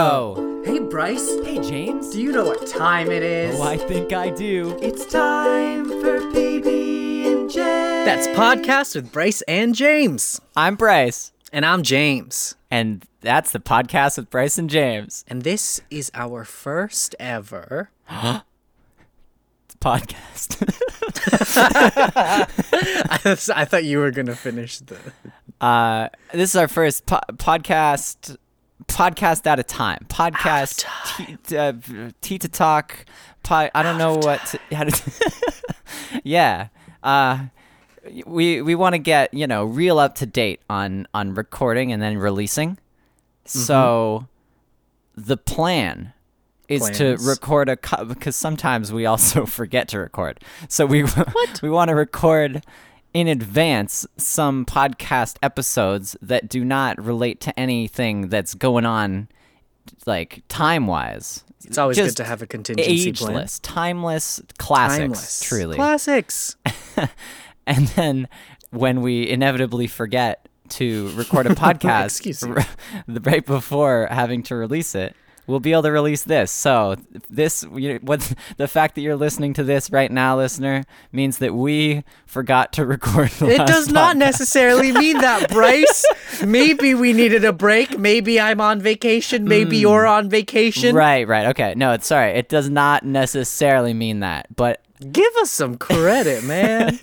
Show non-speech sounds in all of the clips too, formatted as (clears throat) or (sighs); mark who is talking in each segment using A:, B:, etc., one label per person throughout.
A: go.
B: Hey, Bryce,
A: Hey, James.
B: do you know what time it is?
A: Oh, I think I do.
B: It's time for PB and J. That's podcast with Bryce and James.
A: I'm Bryce,
B: And I'm James.
A: and that's the podcast with Bryce and James.
B: And this is our first ever (laughs)
A: It's a podcast. (laughs)
B: I thought you were going to finish the
A: uh, this is our first po- podcast. Podcast at a time. Podcast tea- t- uh, tea to talk. Po- I don't know what. To, how to yeah. Uh, we we want to get you know real up to date on on recording and then releasing.
B: Mm-hmm.
A: So the plan is to
B: Plans.
A: record a co- because sometimes we also (laughs) forget to record. So we (laughs) we want to record in advance some podcast episodes that do not relate to anything that's going on like time-wise.
B: It's always
A: Just
B: good to have a contingency plan.
A: Ageless, timeless classics
B: Timeless.
A: truly. (laughs)
B: Classics.
A: and then when we inevitably forget to record a podcast
B: (laughs) Excuse me.
A: r- (laughs) the right before having to release it we'll be able to release this so this you- what (laughs) the fact that you're listening to this right now listener means that we forgot to (laughs) record the
B: It
A: last
B: does not
A: podcast.
B: necessarily
A: (laughs)
B: mean that, Bryce. maybe we needed a break. Maybe I'm on vacation. Maybe you're on vacation.
A: Hmm. right right okay no it's sorry it does not necessarily mean that but
B: Give us some credit, man.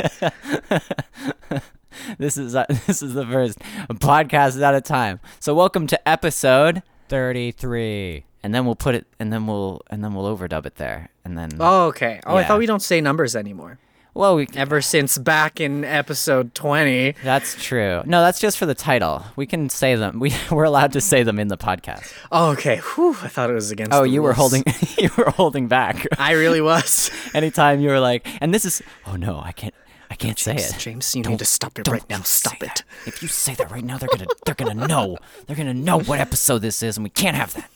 A: this is uh, (laughs) this is the first podcast at a time so welcome to episode 33 and then we'll put it and then we'll and then we'll overdub it there and then
B: oh, okay. Oh, I
A: Yeah.
B: thought we don't say numbers anymore.
A: Well, we,
B: Ever since back in episode 20.
A: that's true. No, that's just for the title. We can say them. (laughs) We we're allowed to say them in the podcast.
B: Oh, okay. Whew, I thought it was against
A: Oh,
B: the
A: you were
B: rules.
A: holding (laughs) you were holding back. (laughs)
B: I really was.
A: Anytime you were like, and this is oh no, I can't I can't (laughs) say
B: James,
A: it.
B: James, you need to stop it right now.
A: You
B: Stop
A: say that.
B: it.
A: If you say that right now, they're gonna they're gonna know. They're gonna know what episode this is, and we can't have that.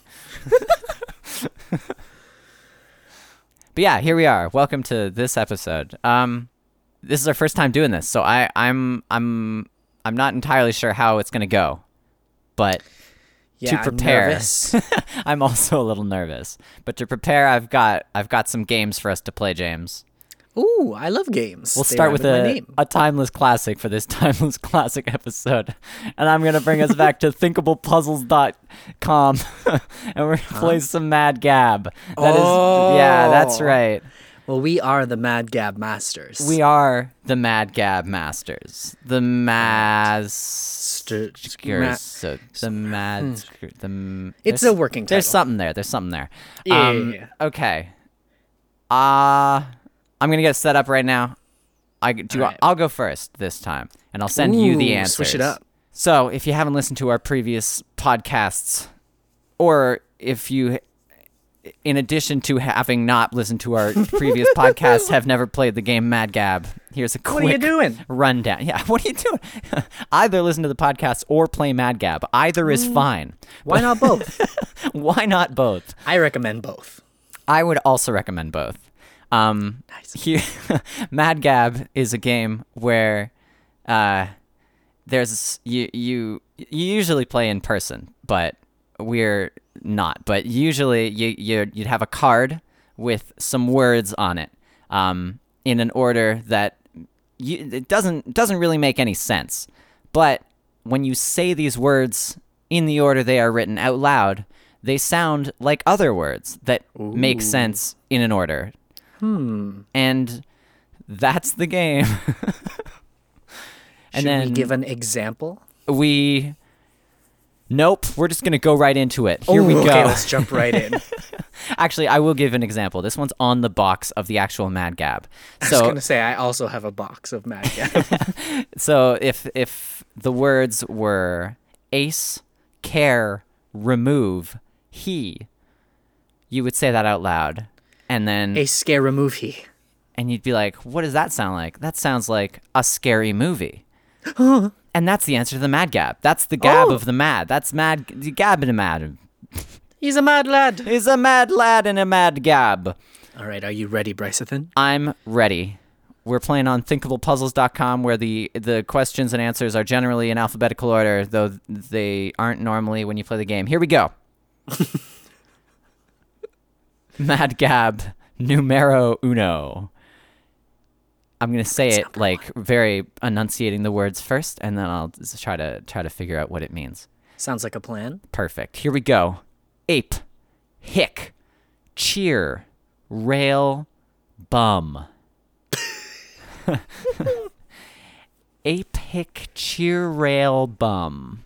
A: (laughs) but yeah, here we are. Welcome to this episode. Um, this is our first time doing this, so I I'm I'm I'm not entirely sure how it's gonna go, but (laughs)
B: Yeah, I'm
A: prepare. (laughs)
B: nervous.
A: I'm also a little nervous. But to prepare, I've got I've got some games for us to play, James.
B: Ooh, I love games.
A: We'll start with
B: my
A: a,
B: name.
A: a timeless classic for this (laughs) timeless classic episode. And I'm going to bring us back to thinkablepuzzles.com (laughs) and we're going to play some Mad Gab. That is yeah, that's
B: Oh.
A: right.
B: Well, we are the Mad Gab Masters.
A: We are the Mad Gab Masters. The Maz
B: Stu- Ma-
A: Curso- the Mad the m-
B: hmm. It's
A: there's-
B: a working
A: There's
B: title.
A: something there. There's something there.
B: Yeah,
A: Um,
B: yeah,
A: Okay. Uh I'm gonna get set up right now. I do.
B: All right.
A: I'll go first this time, and I'll send you the
B: Ooh,
A: answers.
B: switch it up.
A: So if you haven't listened to our previous podcasts, or if you in addition to having not listened to
B: (laughs)
A: our previous podcasts, have never played the game Mad Gab. Here's a quick
B: What are you doing?
A: rundown. Yeah, (laughs) what are you doing? Either listen to the podcast or play Mad Gab. Either is fine.
B: Why not both?
A: (laughs) Why not both?
B: I recommend both.
A: I would also recommend both. Um, he- (laughs) Mad Gab is a game where uh, there's you you you usually play in person, but we're not. But usually you you you'd have a card with some words on it, um, in an order that you, it doesn't doesn't really make any sense. But when you say these words in the order they are written out loud, they sound like other words that make sense in an order. Hmm. And that's the game. (laughs) and
B: Should
A: then
B: we give an example?
A: we Nope, we're just gonna go right into it. Here
B: Ooh,
A: we go.
B: Okay, let's jump right
A: (laughs)
B: in.
A: Actually, I will give an example. This one's on the box of the actual Mad Gab.
B: I
A: So
B: was gonna say I also have a box of Mad
A: (laughs)
B: Gab.
A: So if if the words were ace, care, remove, he, you would say that out loud, and then
B: a scare remove he.
A: and you'd be like, "What does that sound like? That sounds like a scary
B: (gasps)
A: movie." and that's the answer to the mad gab. That's the gab
B: Oh.
A: of the mad. That's mad the gab in a mad
B: He's a mad lad.
A: is a mad lad in a mad gab.
B: All right, are you ready, Bryceathan?
A: I'm ready. We're playing on thinkablepuzzles.com where the the questions and answers are generally in alphabetical order, though they aren't normally when you play the game. Here we go. Mad Gab numero uno. I'm gonna say it like very enunciating the words first, and then I'll s- try to try to figure out what it means.
B: Sounds like a plan.
A: Perfect. Here we go. Ape, hick, cheer, rail, bum. (laughs) Ape, hick, cheer, rail, bum.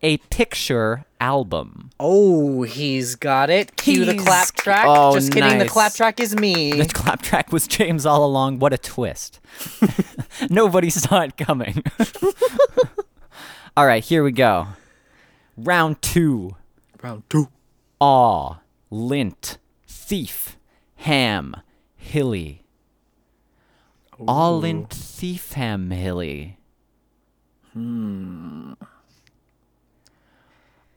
A: A picture (laughs) album.
B: Oh, he's got it. Cue the
A: He's-
B: clap track.
A: Oh,
B: Just kidding. The
A: nice.
B: clap track is me.
A: The clap track was James all along. What a twist. (laughs) Nobody saw it coming. (laughs) all right, here we go. Round two.
B: Round two.
A: Aw, lint, thief, ham, hilly. Aw, lint, thief, ham, hilly. Hmm.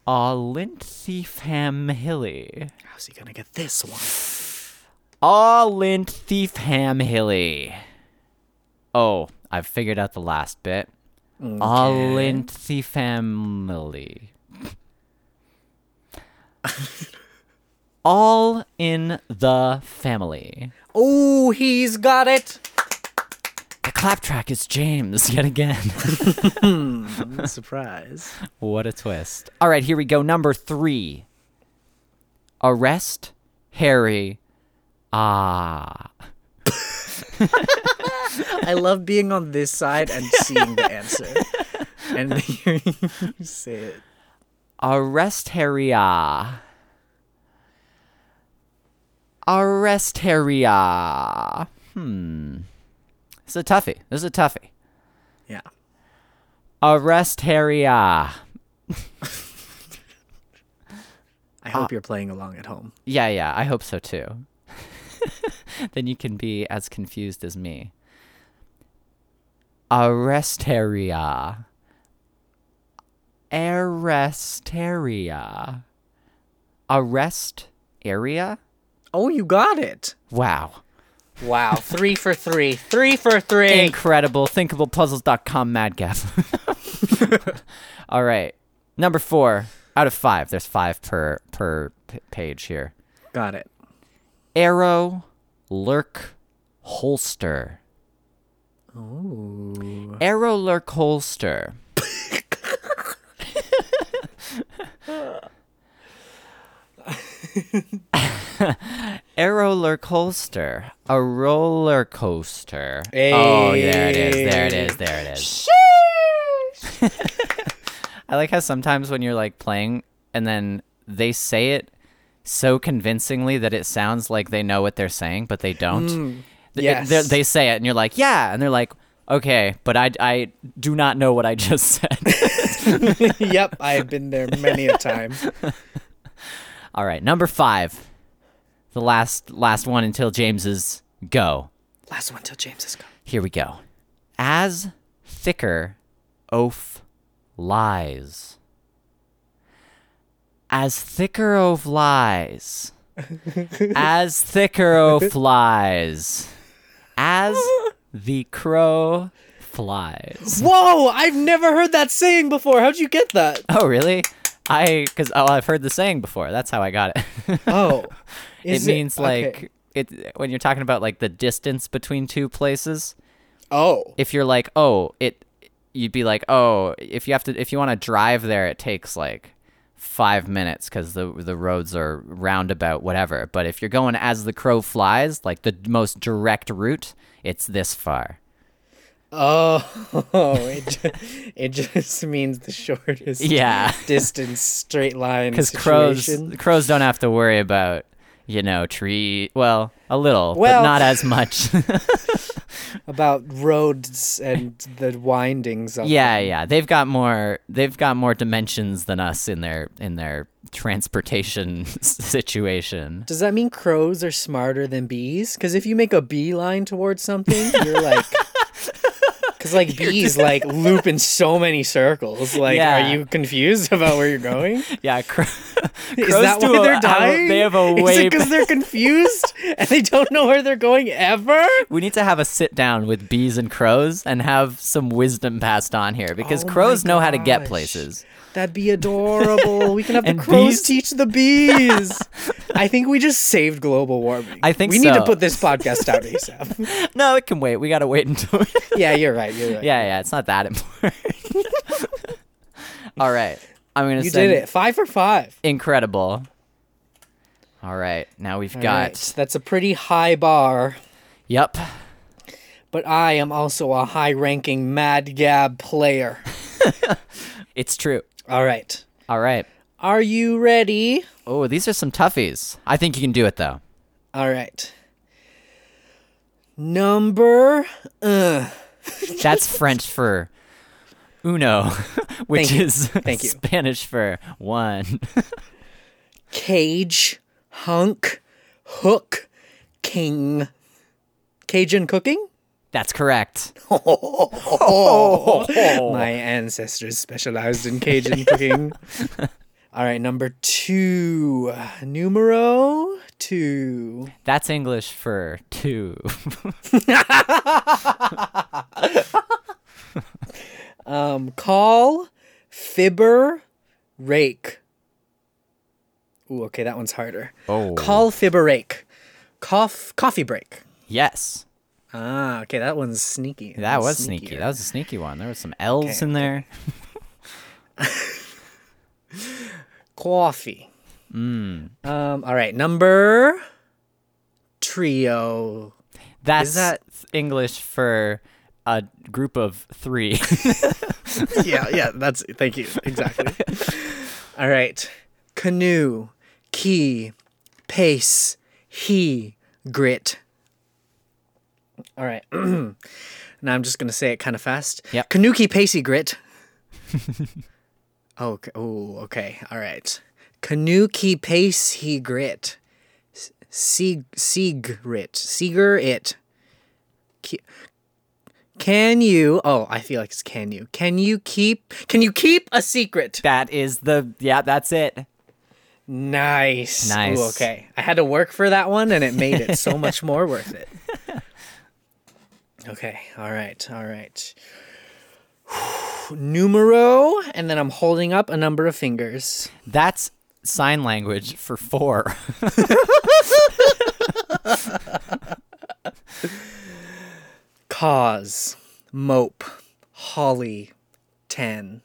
A: Aw, lint, thief, ham, hilly.
B: How's he gonna get this one?
A: Aw, lint, thief, ham, hilly. Oh, I've figured out the last bit. Aw, lint, thief, ham, hilly. All in the family.
B: Oh, he's got it.
A: The clap track is James yet again.
B: (laughs)
A: (laughs)
B: Surprise.
A: what a twist. All right, here we go. Number three. Arrest Harry. Ah.
B: I love being on this side and seeing the answer, (laughs) and then hearing you say it.
A: Arrest Harrya. Arrest Harrya. Hmm. This is a toughie. This is a toughie.
B: Yeah.
A: Arrest Harrya.
B: I hope you're playing along at home.
A: Yeah, yeah, I hope so too. (laughs) then you can be as confused as me. Arrestaria. Arrestaria. Arrest area?
B: Oh, you got it.
A: Wow.
B: Wow. Three for three. Three for three.
A: Incredible. Thinkablepuzzles.com madgap. (laughs) All right. Number four out of five. There's five per per p- page here.
B: got it.
A: Arrow, lurk, holster.
B: Ooh.
A: Arrow, lurk, holster. Arrow, lurk, holster. A roller coaster. Oh, there it is. There it is. There it is. (laughs) I like how sometimes when you're like playing and then they say it so convincingly that it sounds like they know what they're saying, but they don't. Th- it- they're-
B: yes.
A: they say it, and you're like, yeah. And they're like, okay, but I, I do not know what I (laughs) just said.
B: (laughs) yep, I have been there many a time.
A: All right, number five. The last last one until James's go.
B: Last one till James is gone.
A: Here we go. As thicker oaf lies. As thicker oaf
B: (laughs)
A: lies. As thicker oaf lies. As the crow flies.
B: Whoa! I've never heard that saying before. How'd you get that?
A: Oh, really? I, because, oh, I've heard the saying before. That's how I got it. (laughs)
B: Oh,
A: it
B: is
A: means
B: okay.
A: like, it, when you're talking about like the distance between two places.
B: oh,
A: if you're like, oh, it, you'd be like, oh, if you have to, if you want to drive there, it takes like five minutes because the the roads are roundabout, whatever. But if you're going as the crow flies, like the most direct route, it's this far.
B: oh, (laughs) it ju- it just means the shortest
A: Yeah.
B: distance straight line
A: Because crows
B: situation.
A: crows don't have to worry about you know tree. Well, a little,
B: Well-
A: but not as much.
B: about roads and the windings of
A: yeah, yeah. They've got more. They've got more dimensions than us in their in their transportation (laughs) situation.
B: Does that mean crows
A: (laughs)
B: are smarter than bees? Because if you make a beeline towards something, you're like. Because Because like bees like loop in so many circles. Like,
A: Yeah.
B: are you confused about where you're going?
A: Yeah, (laughs) cro-
B: Is
A: crows
B: that
A: do
B: why
A: a-
B: they're
A: have a-
B: dying?
A: they have a
B: (laughs) Is
A: way.
B: it because they're (laughs) confused and they don't know where they're going ever?
A: we need to have a sit down with bees and crows and have some wisdom passed on here because
B: Oh my
A: crows know how to get
B: gosh.
A: places. (laughs)
B: That'd be adorable. We can (laughs) have the
A: And
B: crows
A: bees?
B: teach the bees. (laughs) I think we just saved global warming.
A: I think
B: we need to
A: so.
B: put this podcast out ASAP. (laughs)
A: No, it can wait. We gotta wait until. (laughs)
B: yeah, you're right. You're right.
A: yeah, yeah, it's not that important. (laughs) All right, I'm gonna.
B: you
A: send
B: did it. Five for five.
A: Incredible. All right, now we've
B: All
A: got.
B: right, That's a pretty high bar.
A: Yep.
B: But I am also a high-ranking Mad Gab player.
A: It's true.
B: All right.
A: All right.
B: Are you ready?
A: Oh, these are some toughies. I think you can do it though.
B: All right. Number uh,
A: That's French for uno, (laughs) which
B: you.
A: is (laughs)
B: Thank you.
A: Spanish for one.
B: cage, hunk, hook, king. Cajun cooking?
A: That's correct.
B: My ancestors specialized in Cajun (laughs) cooking. All right, number two. Numero two.
A: That's English for two.
B: Um, call, fibber, rake. Ooh, okay, that one's harder.
A: Oh.
B: Call, fibber, rake. Cough, coffee break.
A: (laughs) Yes.
B: Ah, okay, that one's sneaky.
A: That was sneaky. That was a sneaky one. There was some L's in there.
B: coffee. Mm. Um, all right, number trio.
A: That's
B: that-
A: English for a group of three. (laughs)
B: yeah, yeah, that's thank you. Exactly. (laughs) All right. Canoe, key, pace, he, grit. All right. (clears throat) now I'm just going to say it kind of fast.
A: Yep.
B: Canoe, key, pacey, grit. (laughs) okay. Oh, okay. All right. Canoe, key, pace, he, grit. S- Sig, Sigrit. Seeger, it. Ki- Can you? Oh, I feel like it's can you. Can you keep? Can you keep a secret?
A: that is the yeah. That's it.
B: Nice. Ooh,
A: Nice.
B: okay. I had to work for that one and it made it so much more worth it. Okay. All right. All right. (sighs) Numero, and then I'm holding up a number of fingers.
A: That's sign language for four. (laughs)
B: Cause, mope, holly, ten.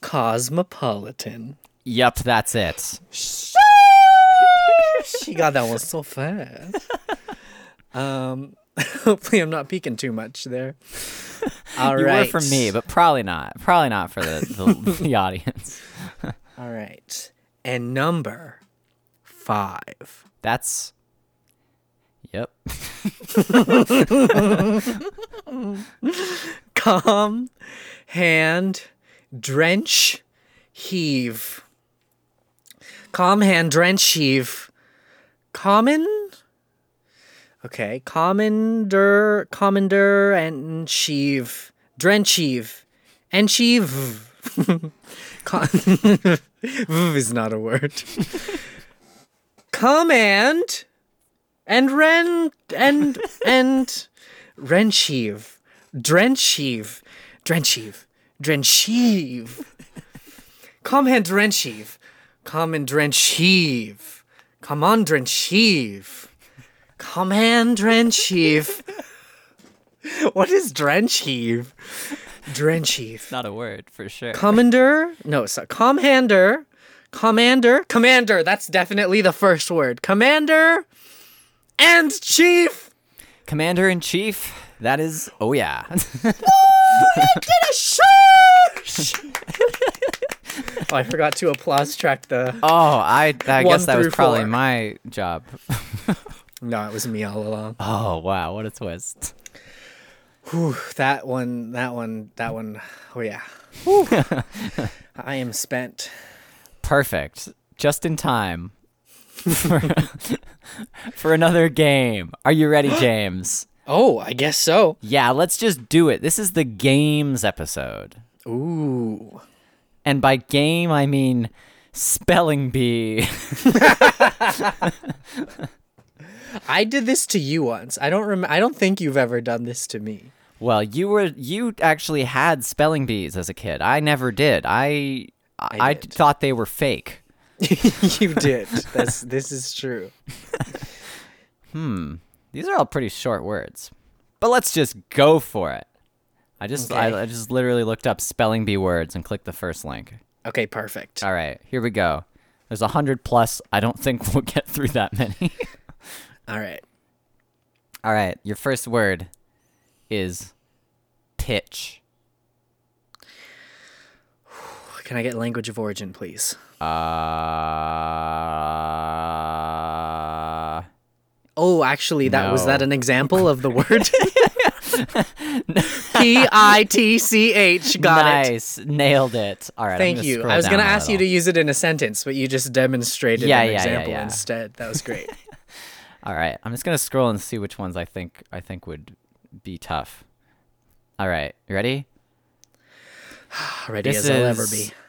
B: Cosmopolitan.
A: yep, that's it.
B: She got that one so fast. Um, (laughs) hopefully I'm not peeking too much there. All right.
A: (laughs) You were for me, but probably not. Probably not for the
B: (laughs)
A: the, the audience.
B: All right. And number five.
A: That's yep.
B: Come, hand, drench, heave. Calm, hand, drench, heave. Common? Okay. Commander, commander, and sheave. Drench, heave. And sheave. (laughs) Con- (laughs) v is not a word. Command and ren and and Renchiv, Drenchiv, Drenchiv, Drenchiv. Come and Drenchiv, come and Drenchiv, come on Drenchiv, come and Drenchiv. what is Drenchiv?
A: (laughs)
B: Drenchiv.
A: Not a word for sure.
B: Commander? No, so commander. Commander. Commander. That's definitely the first word. Commander and chief.
A: Commander in chief. That is. Oh (laughs) yeah.
B: Oh, I forgot to applause track the.
A: oh, I I
B: One
A: guess that was
B: through
A: probably
B: four.
A: my job.
B: No, it was me all along.
A: Oh wow, what a twist.
B: Whew, that one, that one, that one. Oh, (laughs) yeah. Whew. I am spent.
A: Perfect. Just in time. (laughs) (gasps) for, for another game. Are you ready, James?
B: Oh, I guess so.
A: Yeah, let's just do it. This is the games episode.
B: Ooh.
A: And by game, I mean spelling bee. (laughs)
B: I did this to you once. I don't rem- I don't think you've ever done this to me. (laughs)
A: well, you were you actually had spelling bees as a kid. I never did. I I, I
B: did.
A: thought they were fake.
B: you did. That's this is true.
A: These are all pretty short words. But let's just go for it. I just
B: Okay.
A: I, I just literally looked up spelling bee words and clicked the first link.
B: Okay, perfect.
A: All right, here we go. There's a hundred plus. I don't think (laughs) we'll get through that many. (laughs)
B: All right.
A: All right, your first word is pitch.
B: Can I get language of origin, please?
A: Uh, Oh,
B: Oh, actually, that was
A: No.
B: that an example of
A: (laughs)
B: the word? P I T C H. Got it.
A: nice, nailed it. All right, I'm
B: Thank
A: gonna
B: you.
A: scroll
B: I was going to
A: down a
B: ask you to
A: little.
B: use it in a sentence, but you just demonstrated
A: Yeah,
B: an
A: yeah, yeah,
B: example
A: yeah.
B: instead. That was
A: (laughs)
B: great.
A: All right, I'm just gonna scroll and see which ones I think I think would be tough. All right, you ready?
B: Ready
A: This
B: as I'll ever
A: is-
B: be. (laughs)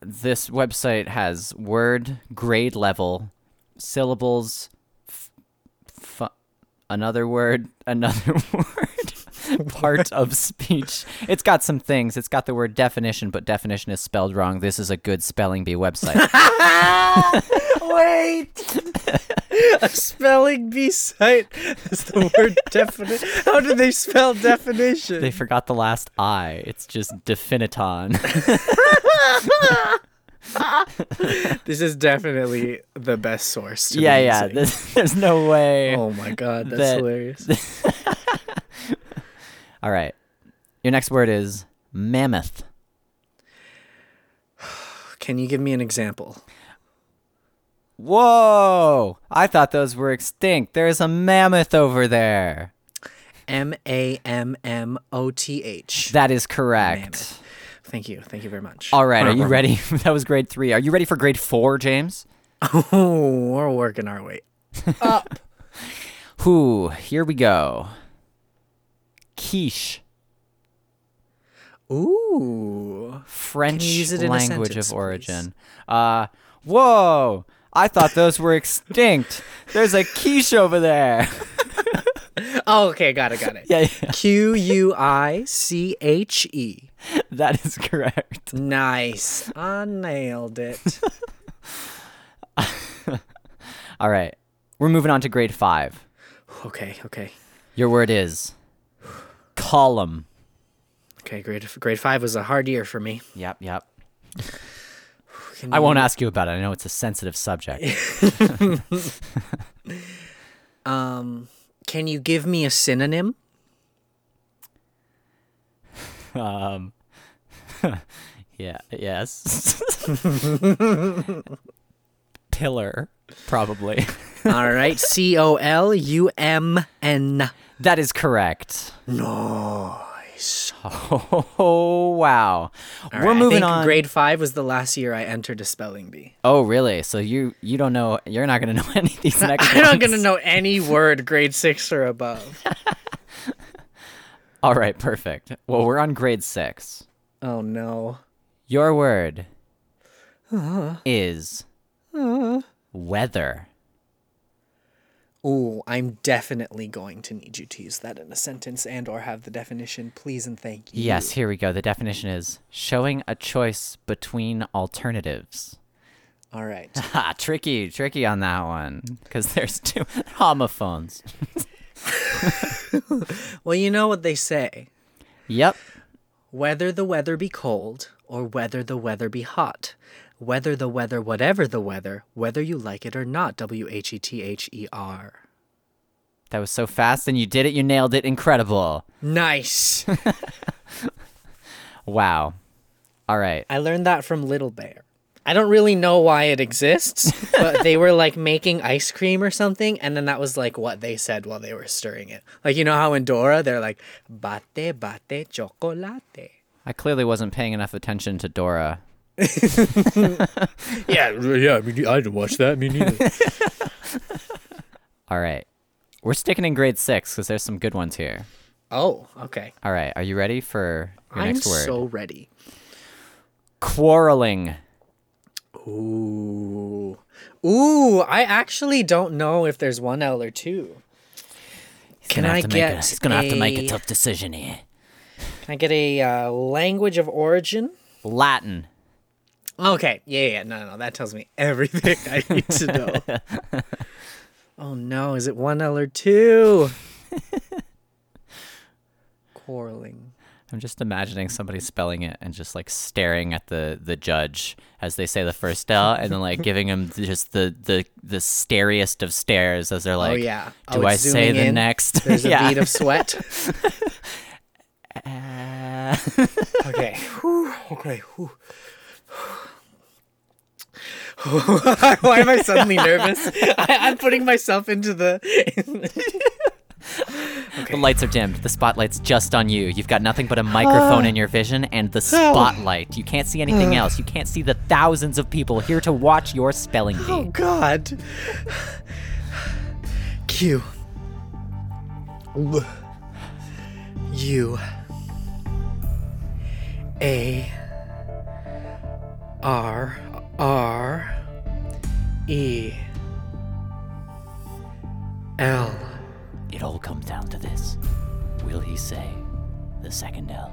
A: This website has word, grade level, syllables, f- f- another word, (laughs) another word, (laughs) part of speech. It's got some things. It's got the word definition, but definition is spelled wrong. This is a good spelling bee website.
B: (laughs) Wait! a spelling bee site
A: (laughs)
B: is the word definite. How do they spell definition?
A: they forgot the last I. It's just definiton.
B: This is definitely the best source.
A: (laughs)
B: To
A: yeah,
B: be
A: yeah.
B: using.
A: This, there's (laughs) no way.
B: Oh my god, that's
A: That-
B: hilarious.
A: All right. Your next word is mammoth.
B: Can you give me an example?
A: Whoa! I thought those were extinct. There's a mammoth over there.
B: M A M M O T H.
A: That is correct.
B: Mammoth. Thank you. Thank you very much.
A: All right, are (laughs)
B: (laughs)
A: you ready? that was grade three. Are you ready for grade four, James?
B: Oh, we're working our way.
A: Who? Here we go. Quiche,
B: Ooh.
A: French
B: use it in a
A: language
B: sentence,
A: of
B: please?
A: origin. Uh, whoa! I thought those were extinct. There's a quiche over there. (laughs)
B: Oh, okay, got it, got it.
A: yeah, yeah,
B: Q U I C H E.
A: that is correct.
B: Nice. I
A: (laughs)
B: nailed it.
A: All right. We're moving on to grade five.
B: Okay, okay.
A: Your word is column.
B: Okay, grade grade 5 was a hard year for me.
A: Yep, yep.
B: Can
A: I won't ask you about it. I know it's a sensitive (laughs) subject.
B: Um can you give me a synonym?
A: (laughs) um, yeah, (laughs) yes. Pillar, probably. (laughs)
B: All right, C O L U M N.
A: That is correct.
B: Nice.
A: (laughs) Oh, wow.
B: All
A: We're
B: right, I
A: moving
B: think
A: on.
B: Grade five was the last year I entered a spelling bee.
A: (laughs)
B: (laughs)
A: oh, really? So you you don't know you're not going to know (laughs) any of these next
B: (laughs) I'm not
A: ones.
B: gonna know any word grade six or
A: (laughs)
B: above.
A: All right, perfect. Well, we're on grade 6.
B: oh no.
A: Your word
B: Uh-huh.
A: is weather.
B: Ooh, I'm definitely going to need you to use that in a sentence and or have the definition, please and thank you.
A: Yes, here we go. The definition is showing a choice between alternatives. (laughs)
B: All right.
A: Ha, tricky, tricky on that one because there's two (laughs) homophones.
B: Well, you know what they say.
A: Yep.
B: Whether the weather be cold or whether the weather be hot. Whether the weather, whatever the weather, whether you like it or not. W H E T H E R.
A: That was so fast and you did it. You nailed it. Incredible.
B: Nice.
A: Wow. All right.
B: I learned that from Little Bear. I don't really know why
A: (laughs)
B: it exists, but they were like making ice cream or something, and then that was like what they said while they were stirring it. Like you know how in Dora they're like bate bate chocolate.
A: I clearly wasn't paying enough attention to Dora.
B: Yeah, yeah. I mean, I didn't watch that. Me neither.
A: All right. We're sticking in grade six because there's some good ones here.
B: Oh, okay.
A: All right, are you ready for your
B: I'm
A: next word?
B: so ready.
A: Quarreling.
B: Ooh. Ooh, I actually don't know if there's one L or two.
A: He's
B: Can
A: gonna
B: I
A: have to make a,
B: get
A: he's gonna have to make
B: a-
A: a tough decision here.
B: Can I get a uh, language of origin?
A: Latin.
B: Okay. Yeah, yeah, yeah. No, no, no. That tells me (laughs) everything I need to know.
A: (laughs)
B: oh no, is it one L or two? Quarreling.
A: I'm just imagining somebody spelling it and just like staring at the the judge as they say the first L, and then like giving him (laughs) just the the the stariest of stares as they're like,
B: yeah. Oh,
A: do I
B: it's
A: say
B: zooming
A: the
B: in.
A: next?"
B: There's
A: (laughs)
B: a
A: yeah.
B: bead of sweat.
A: Uh,
B: Okay. Whew, okay. Whew. (sighs) (laughs) Why am I
A: (laughs)
B: suddenly nervous? I, I'm putting myself into the.
A: (laughs) The lights are dimmed. The spotlight's just on you. You've got nothing but a microphone
B: (sighs)
A: in your vision and the spotlight. You can't see anything else. You can't see the thousands of people here to watch your
B: (gasps)
A: spelling
B: oh
A: bee.
B: God. Q. W. U. A. R. R. E. L.
A: It all comes down to this. Will he say the second L?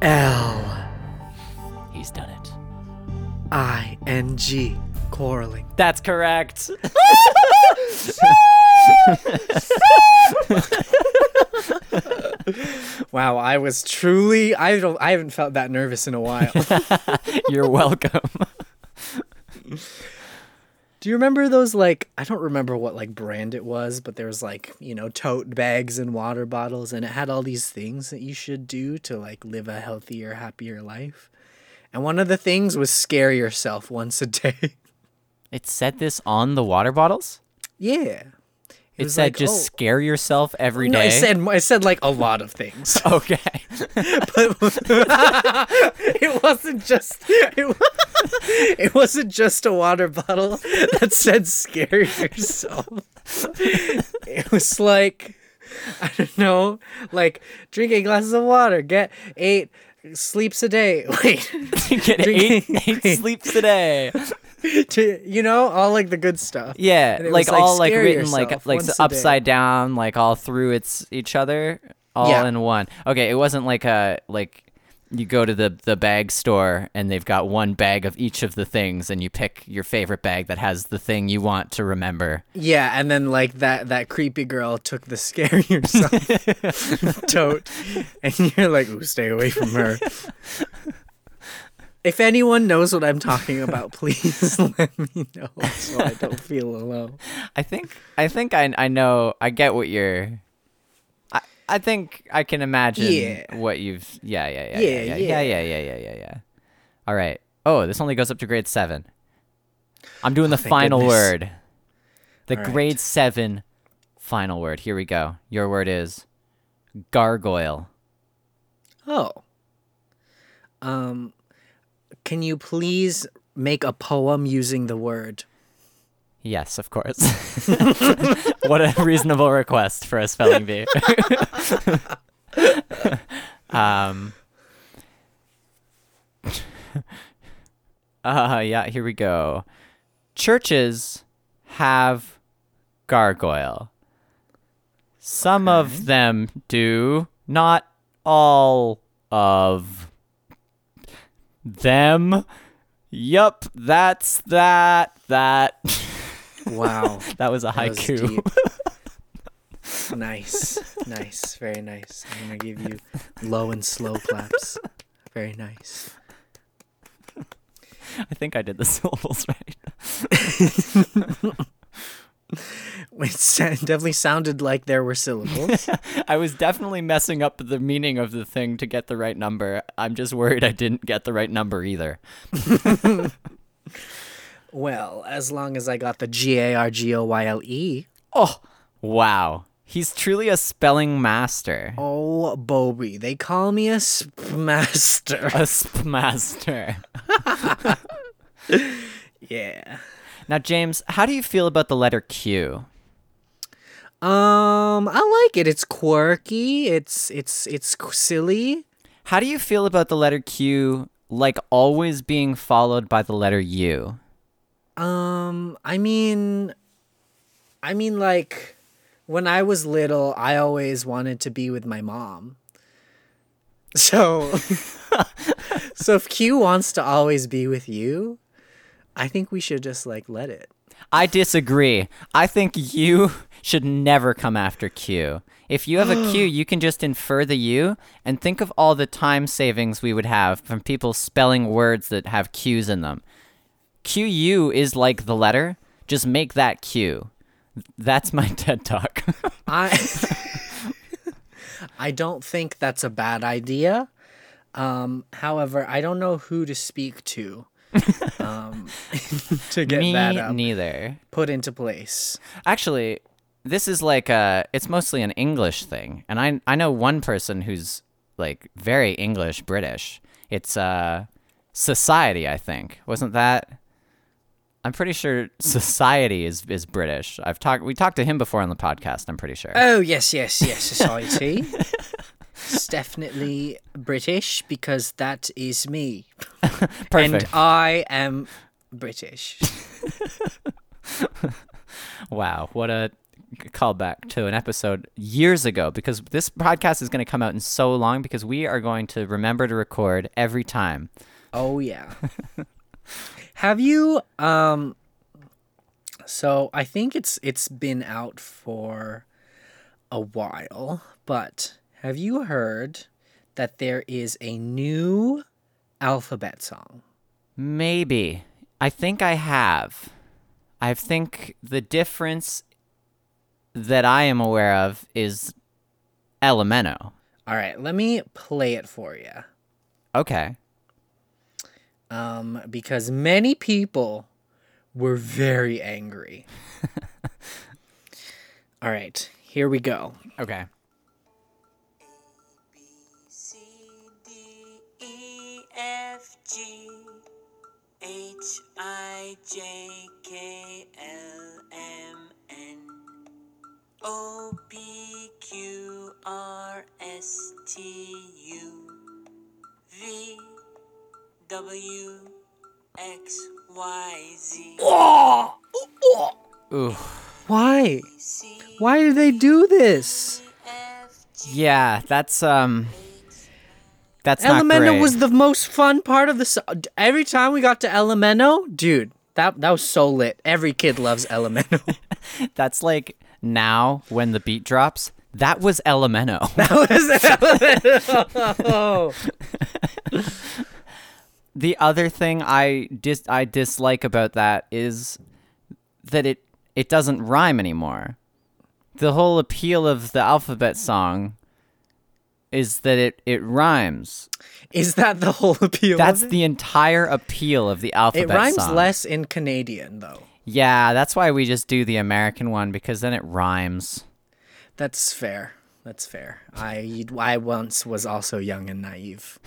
B: L.
A: He's done it.
B: I N G quarreling.
A: That's correct. (laughs)
B: Wow, I was truly I don't I haven't felt that nervous in a (laughs) while. (laughs)
A: You're welcome. (laughs)
B: Do you remember those like I don't remember what like brand it was, but there was like, you know, tote bags and water bottles and it had all these things that you should do to like live a healthier, happier life. And one of the things was scare yourself once a day. (laughs)
A: It said this on the water bottles.
B: yeah.
A: It,
B: was
A: said
B: like,
A: just
B: oh.
A: scare yourself every day.
B: No, I said I said like a lot of things.
A: (laughs) okay. (laughs)
B: (laughs) it wasn't just it, wa- (laughs) it wasn't just a water bottle that said scare yourself it was like i don't know like drink eight glasses of water get eight sleeps a day (laughs) wait (laughs)
A: Get eight, eight sleeps a day.
B: to, you know all like the good stuff
A: Yeah,
B: And it
A: like,
B: was, like,
A: all like
B: scare
A: written like
B: yourself
A: like
B: once a day.
A: upside down, like all through its each other, all
B: Yeah.
A: in one. Okay, it wasn't like a like you go to the the bag store and they've got one bag of each of the things and you pick your favorite bag that has the thing you want to remember.
B: yeah and then like that that creepy girl took the (laughs) scare yourself tote and you're like ooh stay away from her if anyone knows what i'm talking about please (laughs) let me know so i don't feel alone
A: I think I think I I know I get what you're I I think I can imagine
B: Yeah.
A: what you've yeah yeah yeah
B: Yeah,
A: yeah yeah yeah yeah yeah yeah yeah. yeah. All right. Oh, this only goes up to grade 7. I'm doing the
B: Oh, thank
A: final
B: goodness.
A: word. The
B: All right.
A: grade 7 final word. Here we go. Your word is gargoyle.
B: oh um can you please make a poem using the word
A: Yes, of course. (laughs) what a reasonable request for a spelling bee. (laughs) um, (laughs) uh, yeah, here we go. Churches have gargoyle. Some of them do, not all of them. Yup, that's that. That. (laughs)
B: wow
A: That was a
B: That was
A: haiku.
B: deep. (laughs) nice, nice, very nice. I'm gonna give you low and slow claps. Very nice.
A: (laughs) I think I did the (laughs) syllables right.
B: It sa- definitely sounded like there were (laughs) syllables.
A: I was definitely messing up the meaning of the thing to get the right number. I'm just worried I didn't get the right number either.
B: well, as long as I got the G A R G O Y L E.
A: Oh, wow. He's truly a spelling master.
B: Oh, Bobby, they call me a sp- (laughs)
A: (laughs)
B: master.
A: A sp master.
B: Yeah.
A: Now, James, how do you feel about the letter Q?
B: Um, I like it. It's quirky. It's it's it's qu- silly.
A: How do you feel about the letter Q, like always being followed by the letter U?
B: Um, I mean, I mean, like when I was little, I always wanted to be with my mom.
A: (laughs)
B: (laughs) So, so if Q wants to always be with you, I think we should just like let it.
A: I disagree. I think U should never come after Q. If you have
B: (gasps)
A: a Q, you can just infer the U and think of all the time savings we would have from people spelling words that have Qs in them. QU is like the letter, just make that Q. That's my (laughs) TED talk.
B: I (laughs) I don't think that's a bad idea. Um, however, I don't know who to speak to
A: (laughs)
B: um, (laughs) to get
A: Me
B: that um,
A: neither.
B: put into place.
A: Actually, this is like a it's mostly an English thing. And I I know one person who's like very English British. It's uh society, I think. Wasn't that I'm pretty sure society is is British. I've talked we talked to him before on the podcast, I'm pretty sure.
B: Oh yes, yes, yes. Society. it's definitely British because that is me,
A: Perfect.
B: and I am British.
A: wow, what a callback to an episode years ago because this podcast is going to come out in so long because we are going to remember to record every time.
B: Oh yeah. Have you um so I think it's it's been out for a while, but have you heard that there is a new alphabet song?
A: Maybe. I think I have. I think the difference that I am aware of is Elemento.
B: All right, let me play it for you.
A: Okay.
B: Um because many people were
A: (laughs)
B: very angry. All right, here we go.
A: Okay.
C: C D E F G H I J K L M N O P Q R S T U V W X Y Z
A: Ooh.
B: Why?
C: C
B: Why do they do this?
C: F G
A: Yeah, that's um that's not
B: Elemento
A: great.
B: was the most fun part of the so- every time we got to Elemento, dude, that that was so lit. Every kid loves Elemento.
A: that's like now when the beat drops. That was Elemento.
B: (laughs) that was Elemento.
A: the other thing I dis I dislike about that is that it it doesn't rhyme anymore. The whole appeal of the alphabet song is that it it rhymes.
B: (laughs) Is that the whole appeal?
A: That's
B: of it?
A: the entire appeal of the alphabet
B: It rhymes
A: song.
B: less in Canadian though.
A: Yeah, that's why we just do the American one because then it rhymes.
B: That's fair. That's fair. I I once was also young and (laughs) naive,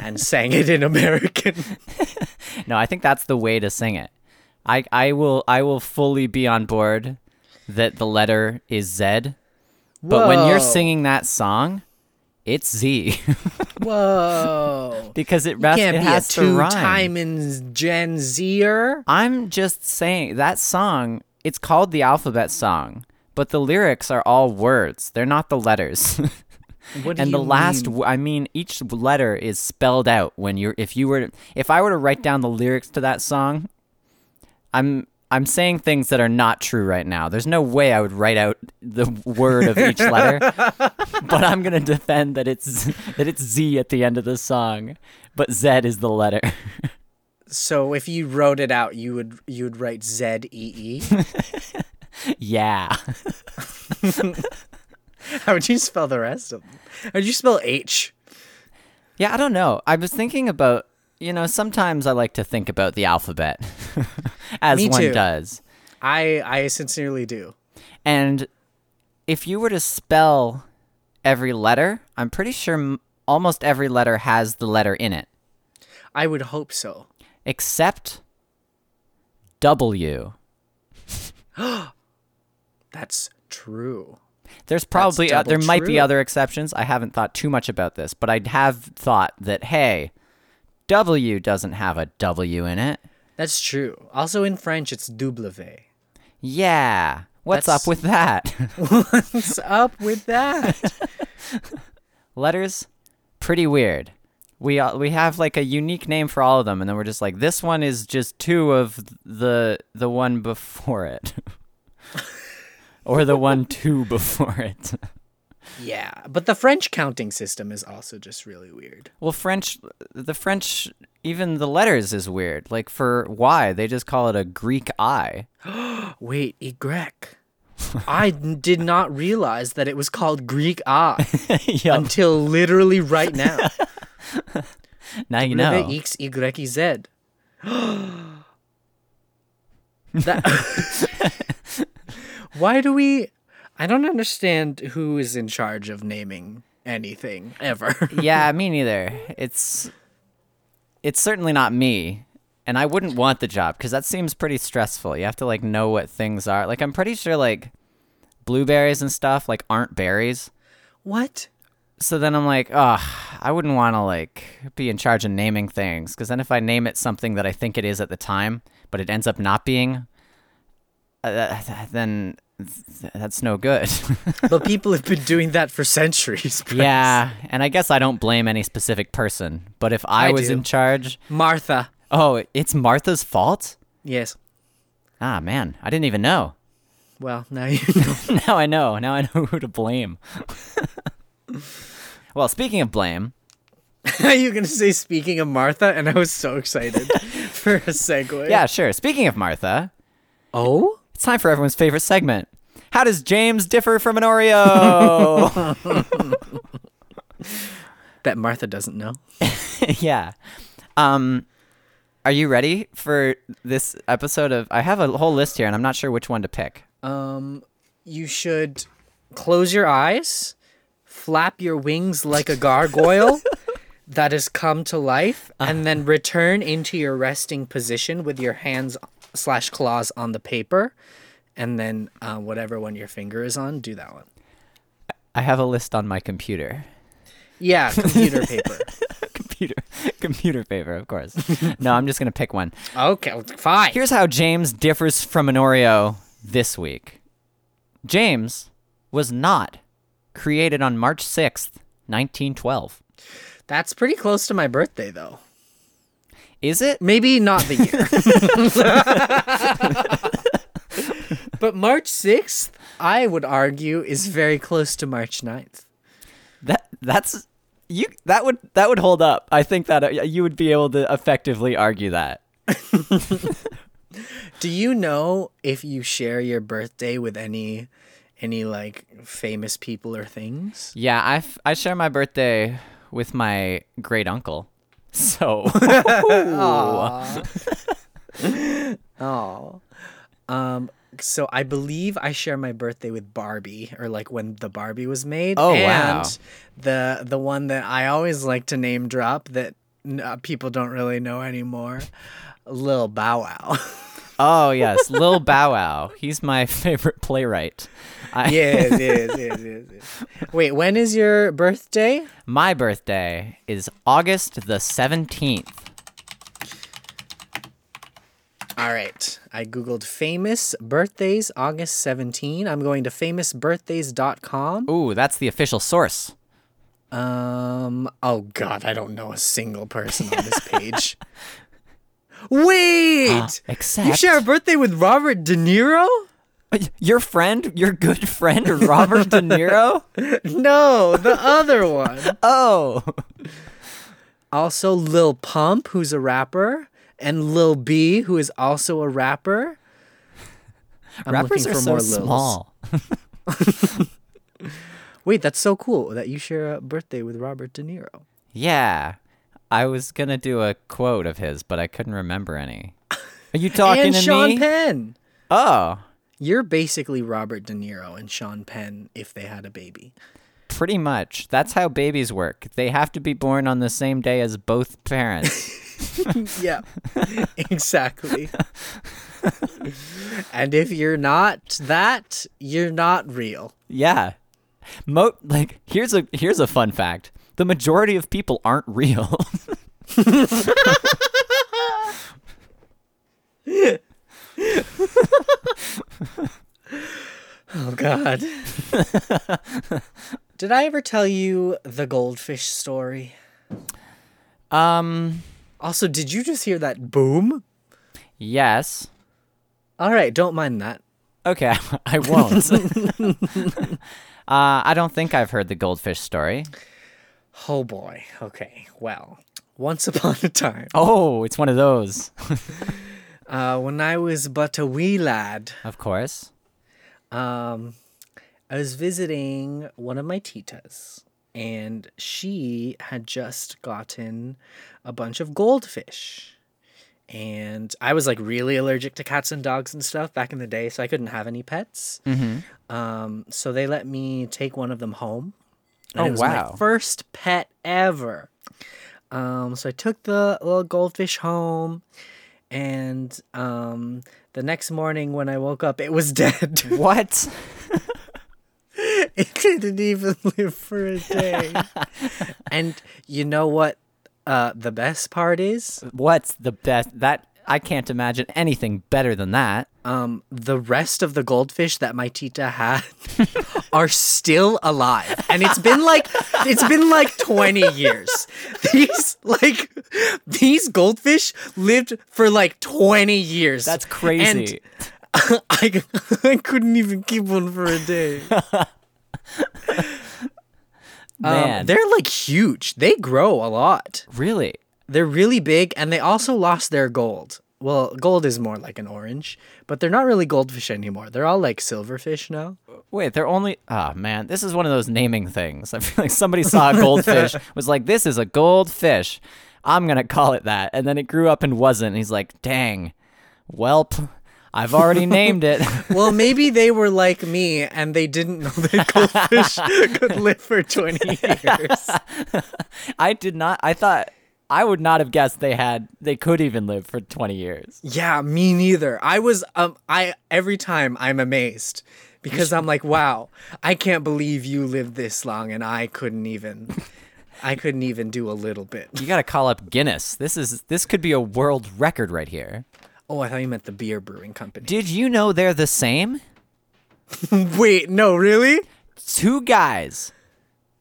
B: and sang it in American.
A: No, I think that's the way to sing it. I I will I will fully be on board that the letter is Z. But when you're
B: Whoa.
A: singing that song, it's Z (laughs)
B: Whoa.
A: because it,
B: You
A: rest,
B: can't
A: it
B: be a
A: has to rhyme.
B: two-time in Gen Zer.
A: I'm just saying that song. It's called the alphabet song, but the lyrics are all words. They're not the letters. (laughs)
B: What do
A: and the
B: you
A: last,
B: mean?
A: w- I mean, each letter is spelled out when you're. If you were, if I were to write down the lyrics to that song, I'm. I'm saying things that are not true right now. There's no way I would write out the word of each (laughs) letter, but I'm gonna defend that it's that it's Z at the end of the song, but Z is the letter. (laughs)
B: So if you wrote it out, you would you would write Z (laughs) E E.
A: yeah.
B: How would you spell the rest of them? How would you spell H?
A: Yeah, I don't know. I was thinking about, you know, sometimes I like to think about the alphabet (laughs) as
B: Me
A: one
B: too.
A: does.
B: I I sincerely do.
A: And if you were to spell every letter, I'm pretty sure m- almost every letter has the letter in it,
B: I would hope so.
A: except W.
B: That's true.
A: There's probably uh, there
B: double
A: might be
B: true.
A: other exceptions. I haven't thought too much about this, but I have thought that hey, W doesn't have a W in it.
B: That's true. Also in French, it's W.
A: Yeah. What's
B: That's-
A: up with that? (laughs)
B: What's up with that?
A: Letters pretty weird. We all, we have like a unique name for all of them and then we're just like this one is just two of the the one before it. (laughs) or the one two before it. (laughs)
B: yeah, but the French counting system is also just really weird.
A: Well, French, the French, even the letters is weird. Like for Y, they just call it a Greek I. (laughs)
B: Wait, Egrec. I n- did not realize that it was called Greek
A: (laughs)
B: I
A: yeah,
B: until literally right
A: (laughs)
B: now.
A: now you
B: Rive
A: know.
B: X Y Z. (gasps) That. (laughs) Why do we? I don't understand who is in charge of naming anything ever. (laughs)
A: yeah, me neither. It's it's certainly not me, and I wouldn't want the job because that seems pretty stressful. You have to like know what things are. Like I'm pretty sure like blueberries and stuff like aren't berries.
B: what?
A: so then I'm like, ugh, I wouldn't want to like be in charge of naming things because then if I name it something that I think it is at the time, but it ends up not being, uh, th- th- then th- that's no good. (laughs)
B: But people have been doing that for centuries. Brett.
A: yeah, and I guess I don't blame any specific person, but if I,
B: I
A: was
B: do.
A: in charge,
B: Martha.
A: oh, it's Martha's fault.
B: Yes.
A: Ah, man, I didn't even know. (laughs)
B: Well, now you know.
A: now I know. Now I know who to blame. (laughs) well, speaking of blame,
B: (laughs) You're going to say, speaking of Martha, and I was so excited for a segue.
A: yeah, sure. Speaking of Martha.
B: Oh?
A: It's time for everyone's favorite segment. How does James differ from an Oreo? (laughs)
B: That Martha doesn't know.
A: yeah. Um are you ready for this episode of I have a whole list here and I'm not sure which one to pick.
B: you should close your eyes, flap your wings like a gargoyle that has come to life, and then return into your resting position with your hands slash claws on the paper, and then uh, whatever one your finger is on, do that one.
A: I have a list on my computer. (laughs)
B: Yeah, computer paper.
A: Computer computer paper, of course. no, I'm just going to pick one.
B: Okay, well, fine.
A: Here's how James differs from an Oreo this week. James was not created on March 6th, 1912.
B: That's pretty close to my birthday, though.
A: Is it?
B: Maybe not the year. (laughs) but March 6th, I would argue, is very close to March 9th.
A: That that's you. That would that would hold up. I think that uh, you would be able to effectively argue that.
B: Do you know if you share your birthday with any any like famous people or things?
A: Yeah, I f- I share my birthday with my great uncle. So (laughs)
B: Oh. Um so I believe I share my birthday with Barbie or like when the Barbie was made
A: Oh,
B: and
A: wow.
B: the the one that I always like to name drop that uh, people don't really know anymore. Lil Bow Wow. (laughs)
A: oh yes, Lil Bow Wow. He's my (laughs) favorite playwright. I,
B: yes, yes, yes, yes, yes. Wait, when is your birthday?
A: My birthday is August the seventeenth.
B: All right. I Googled famous birthdays August 17. I'm going to famousbirthdays.com.
A: Ooh, that's the official source.
B: Um, oh God, I don't know a single person on (laughs) this page. Wait! You
A: except-
B: share a birthday with Robert De Niro?
A: Your friend, your good friend Robert De (laughs) Niro.
B: No, (laughs) the other one.
A: Oh,
B: Also, Lil Pump, who's a rapper, and Lil B, who is also a rapper. I'm
A: rappers
B: looking
A: are
B: for
A: so
B: more Lils.
A: small.
B: Wait, that's so cool that you share a birthday with Robert De Niro.
A: Yeah. I was going to do a quote of his, but I couldn't remember any. Are
B: (laughs)
A: you talking
B: and
A: to
B: Sean
A: me?
B: Penn.
A: Oh,
B: You're basically Robert De Niro and Sean Penn if they had a baby.
A: pretty much. That's how babies work. They have to be born on the same
B: (laughs)
A: day as both parents.
B: Yeah, (laughs) exactly. and if you're not that, you're not real.
A: Yeah. Mo like here's a here's a fun fact. The majority of people aren't real. (laughs)
B: Oh God. (laughs) Did I ever tell you the goldfish story?
A: um
B: Also, did you just hear that boom?
A: yes.
B: All right, don't mind that.
A: Okay, (laughs) I won't. uh, I don't think I've heard the goldfish story.
B: Oh boy. Okay. Well, once upon a time,
A: Oh, it's one of those.
B: uh, when I was but a wee lad,
A: Of course.
B: um, I was visiting one of my titas, and she had just gotten a bunch of goldfish. And I was like really allergic to cats and dogs and stuff back in the day, so I couldn't have any pets.
A: Mm-hmm.
B: Um, so they let me take one of them home. And
A: Oh,
B: it was my
A: wow.
B: first pet ever. Um, so I took the little goldfish home, and um, the next morning when I woke up, it was (laughs) dead.
A: What?
B: (laughs) It didn't even live for a day. (laughs) and you know what? Uh, the best part is
A: What's the best? That I can't imagine anything better than that.
B: um, the rest of the goldfish that my tita had (laughs) are still alive, and it's been like it's been like twenty years. (laughs) These like these goldfish lived for like twenty years.
A: That's crazy.
B: (laughs) I, I couldn't even keep one for a
A: (laughs)
B: day.
A: Man,
B: Um, they're like huge. They grow a lot.
A: really?
B: They're really big and they also lost their gold. Well, gold is more like an orange, but they're not really goldfish anymore. They're all like silverfish now.
A: Wait, they're only. Oh man, this is one of those naming things. (laughs) I feel like somebody saw a (laughs) goldfish, was like, "This is a goldfish. I'm gonna call it that," and then it grew up and wasn't. And he's like, "Dang, welp, I've already named (laughs) it."
B: Well, maybe they were like me and they didn't know that goldfish could live for 20 years.
A: I did not. I thought I would not have guessed they had. They could even live for 20 years.
B: Yeah, me neither. I was um I every time I'm amazed because I'm like, wow, I can't believe you lived this long and I couldn't even I couldn't even do a little bit.
A: You gotta call up Guinness. This is this could be a world record right here.
B: Oh, I thought you meant the beer brewing company. (laughs)
A: Did you know they're the same?
B: Wait, no, really?
A: two guys.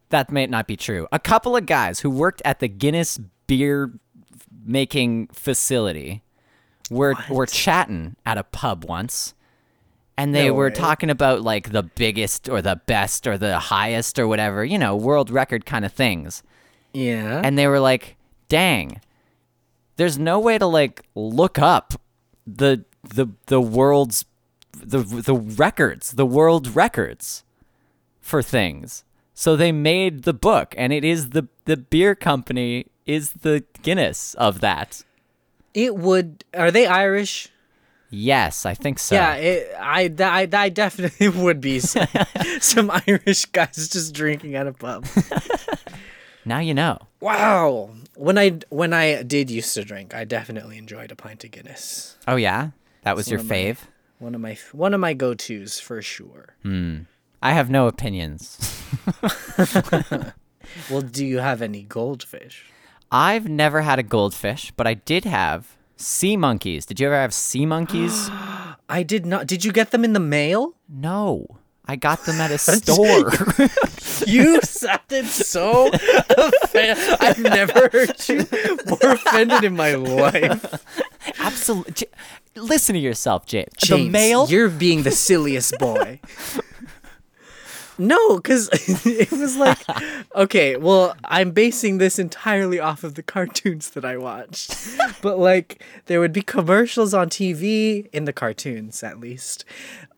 A: That may not be true. A couple of guys who worked at the Guinness beer f- making facility were were chatting at a pub once, and they
B: No
A: were
B: way.
A: talking about like the biggest or the best or the highest or whatever, you know, world record kind of things.
B: Yeah.
A: And they were like, "Dang, there's no way to like look up the the the world's the the records, the world records." for things. So they made the book, and it is the the beer company is the Guinness of that.
B: It would. Are they Irish?
A: Yes, I think so.
B: Yeah, it, I, th- I, I definitely (laughs) would be some, some Irish guys just drinking at a pub.
A: Now you know.
B: Wow. When I when I did used to drink, I definitely enjoyed a pint of Guinness.
A: Oh yeah, that was your fave.
B: One of my one of my go tos for sure.
A: I have no opinions.
B: Well, do you have any goldfish?
A: I've never had a goldfish, but I did have sea monkeys. Did you ever have sea
B: (gasps)
A: monkeys? (gasps)
B: I did not. Did you get them in the mail?
A: no. I got them
B: (laughs)
A: at a store. (laughs)
B: You sounded so (laughs) offended. I've never heard you more offended in my life.
A: Absolutely. Listen to yourself, James. the
B: James,
A: mail?
B: You're being the silliest boy. no, because (laughs) it was like, okay, well, I'm basing this entirely off of the cartoons that I watched. but like, there would be commercials on TV, in the cartoons at least,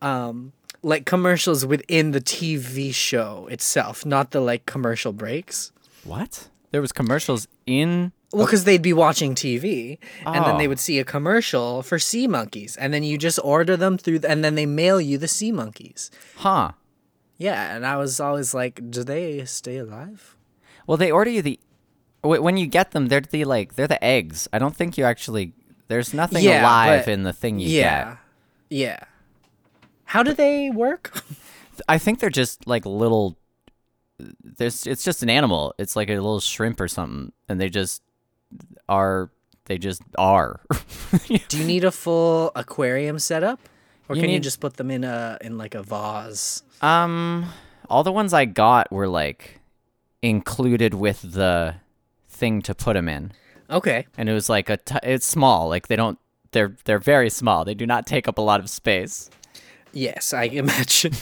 B: um, like commercials within the TV show itself, not the like commercial breaks.
A: what? There was commercials in
B: Well, because they'd be watching TV, and then
A: Oh.
B: they would see a commercial for sea monkeys, and then you just order them through, and then they mail you the sea monkeys.
A: Huh.
B: Yeah, and I was always like, do they stay alive?
A: Well, they order you the wh- when you get them. They're the like they're the eggs. I don't think you actually There's nothing
B: Yeah,
A: alive
B: but-
A: in the thing you
B: yeah.
A: get.
B: Yeah. How do they work? (laughs)
A: I think they're just like little. There's it's just an animal. It's like a little shrimp or something, and they just are. They just are. (laughs)
B: Do you need a full aquarium setup, or
A: You
B: can you
A: need-
B: just put them in a in like a vase?
A: um, all the ones I got were like included with the thing to put them in,
B: Okay.
A: and it was like a. T- it's small. Like they don't. They're they're very small. They do not take up a lot of space,
B: Yes, I (laughs) imagine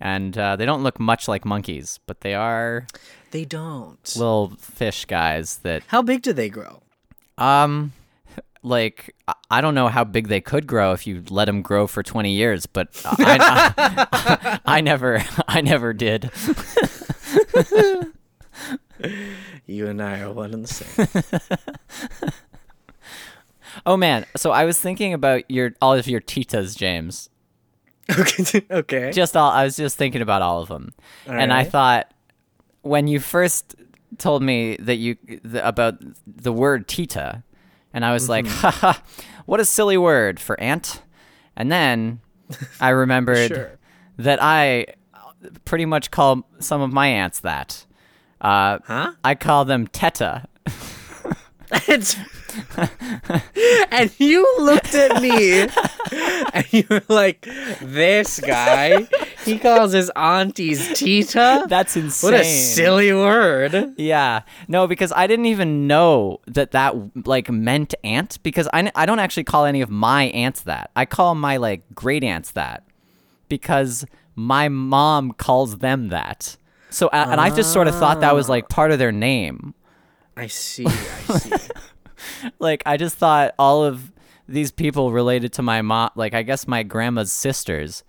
A: and uh, they don't look much like monkeys, but they are
B: they don't.
A: little fish guys that
B: How big do they grow?
A: Um, like I- I don't know how big they could grow if you let them grow for twenty years, but I, I, (laughs) I never, I never did.
B: You and I are one and the same.
A: Oh man, so I was thinking about your all of your titas, James.
B: (laughs) okay. (laughs) Okay.
A: Just all, I was just thinking about all of them, and I
B: Alright.
A: thought when you first told me that you th- about the word tita, and I was like,
B: Mm-hmm.
A: ha ha, what a silly word for ant, and then
B: (laughs)
A: I remembered.
B: Sure.
A: that I pretty much call some of my aunts that. Uh,
B: Huh?
A: I call them Teta.
B: It's- and you looked at me and you were like, this guy, he calls his aunties Tita?
A: That's insane.
B: what a silly word.
A: Yeah. No, because I didn't even know that that like meant aunt because I, I don't actually call any of my aunts that. I call my like great aunts that because my mom calls them that. So a- and I just sort of thought that was like part of their name.
B: I see, I see.
A: like I just thought all of these people related to my mom, like I guess my grandma's sisters.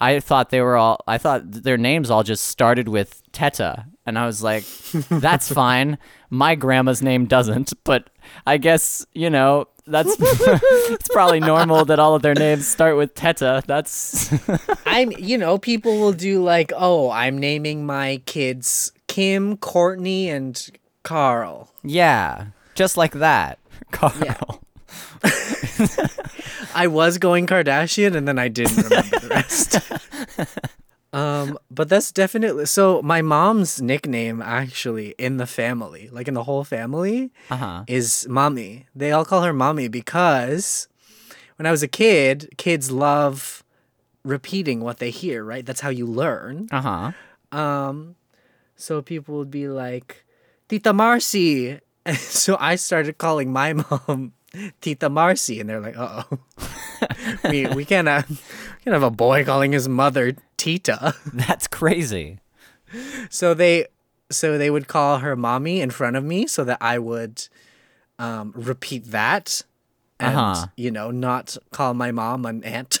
A: I thought they were all. I thought th- their names all just started with Teta, and I was like, "That's fine. My grandma's name doesn't, (laughs) but I guess you know that's (laughs) it's probably normal that all of their names start with Teta. That's (laughs)
B: I'm, you know, people will do like, oh, I'm naming my kids Kim, Courtney, and Carl.
A: yeah, just like that, Carl.
B: I was going Kardashian and then I didn't remember the rest. um, but that's definitely so my mom's nickname actually in the family, like in the whole family,
A: Uh huh.
B: is mommy. They all call her mommy because when I was a kid, kids love repeating what they hear, right? That's how you learn.
A: Uh huh.
B: Um, so people would be like, Tita Marcy. (laughs) And so I started calling my mom (laughs) Tita Marcy, and they're like, "Uh oh, (laughs) we we can't have, we can't have a boy calling his mother Tita." (laughs)
A: That's crazy.
B: So they so they would call her mommy in front of me, so that I would um, repeat that, and
A: Uh-huh.
B: you know, not call my mom an aunt.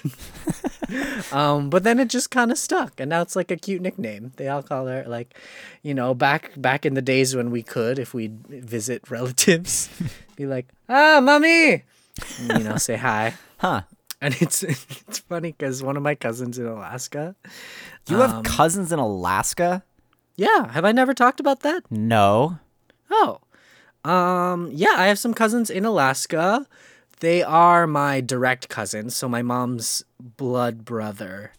B: (laughs) um, but then it just kind of stuck, and now it's like a cute nickname. They all call her like, you know, back back in the days when we could, if we'd visit (laughs) relatives, be like, ah, mommy, and, you know, say hi.
A: Huh.
B: And it's (laughs) it's funny because one of my cousins in Alaska.
A: You have cousins in Alaska?
B: Yeah, have I never talked about that?
A: No.
B: Oh. Um yeah, I have some cousins in Alaska. They are my direct cousins, so my mom's blood brother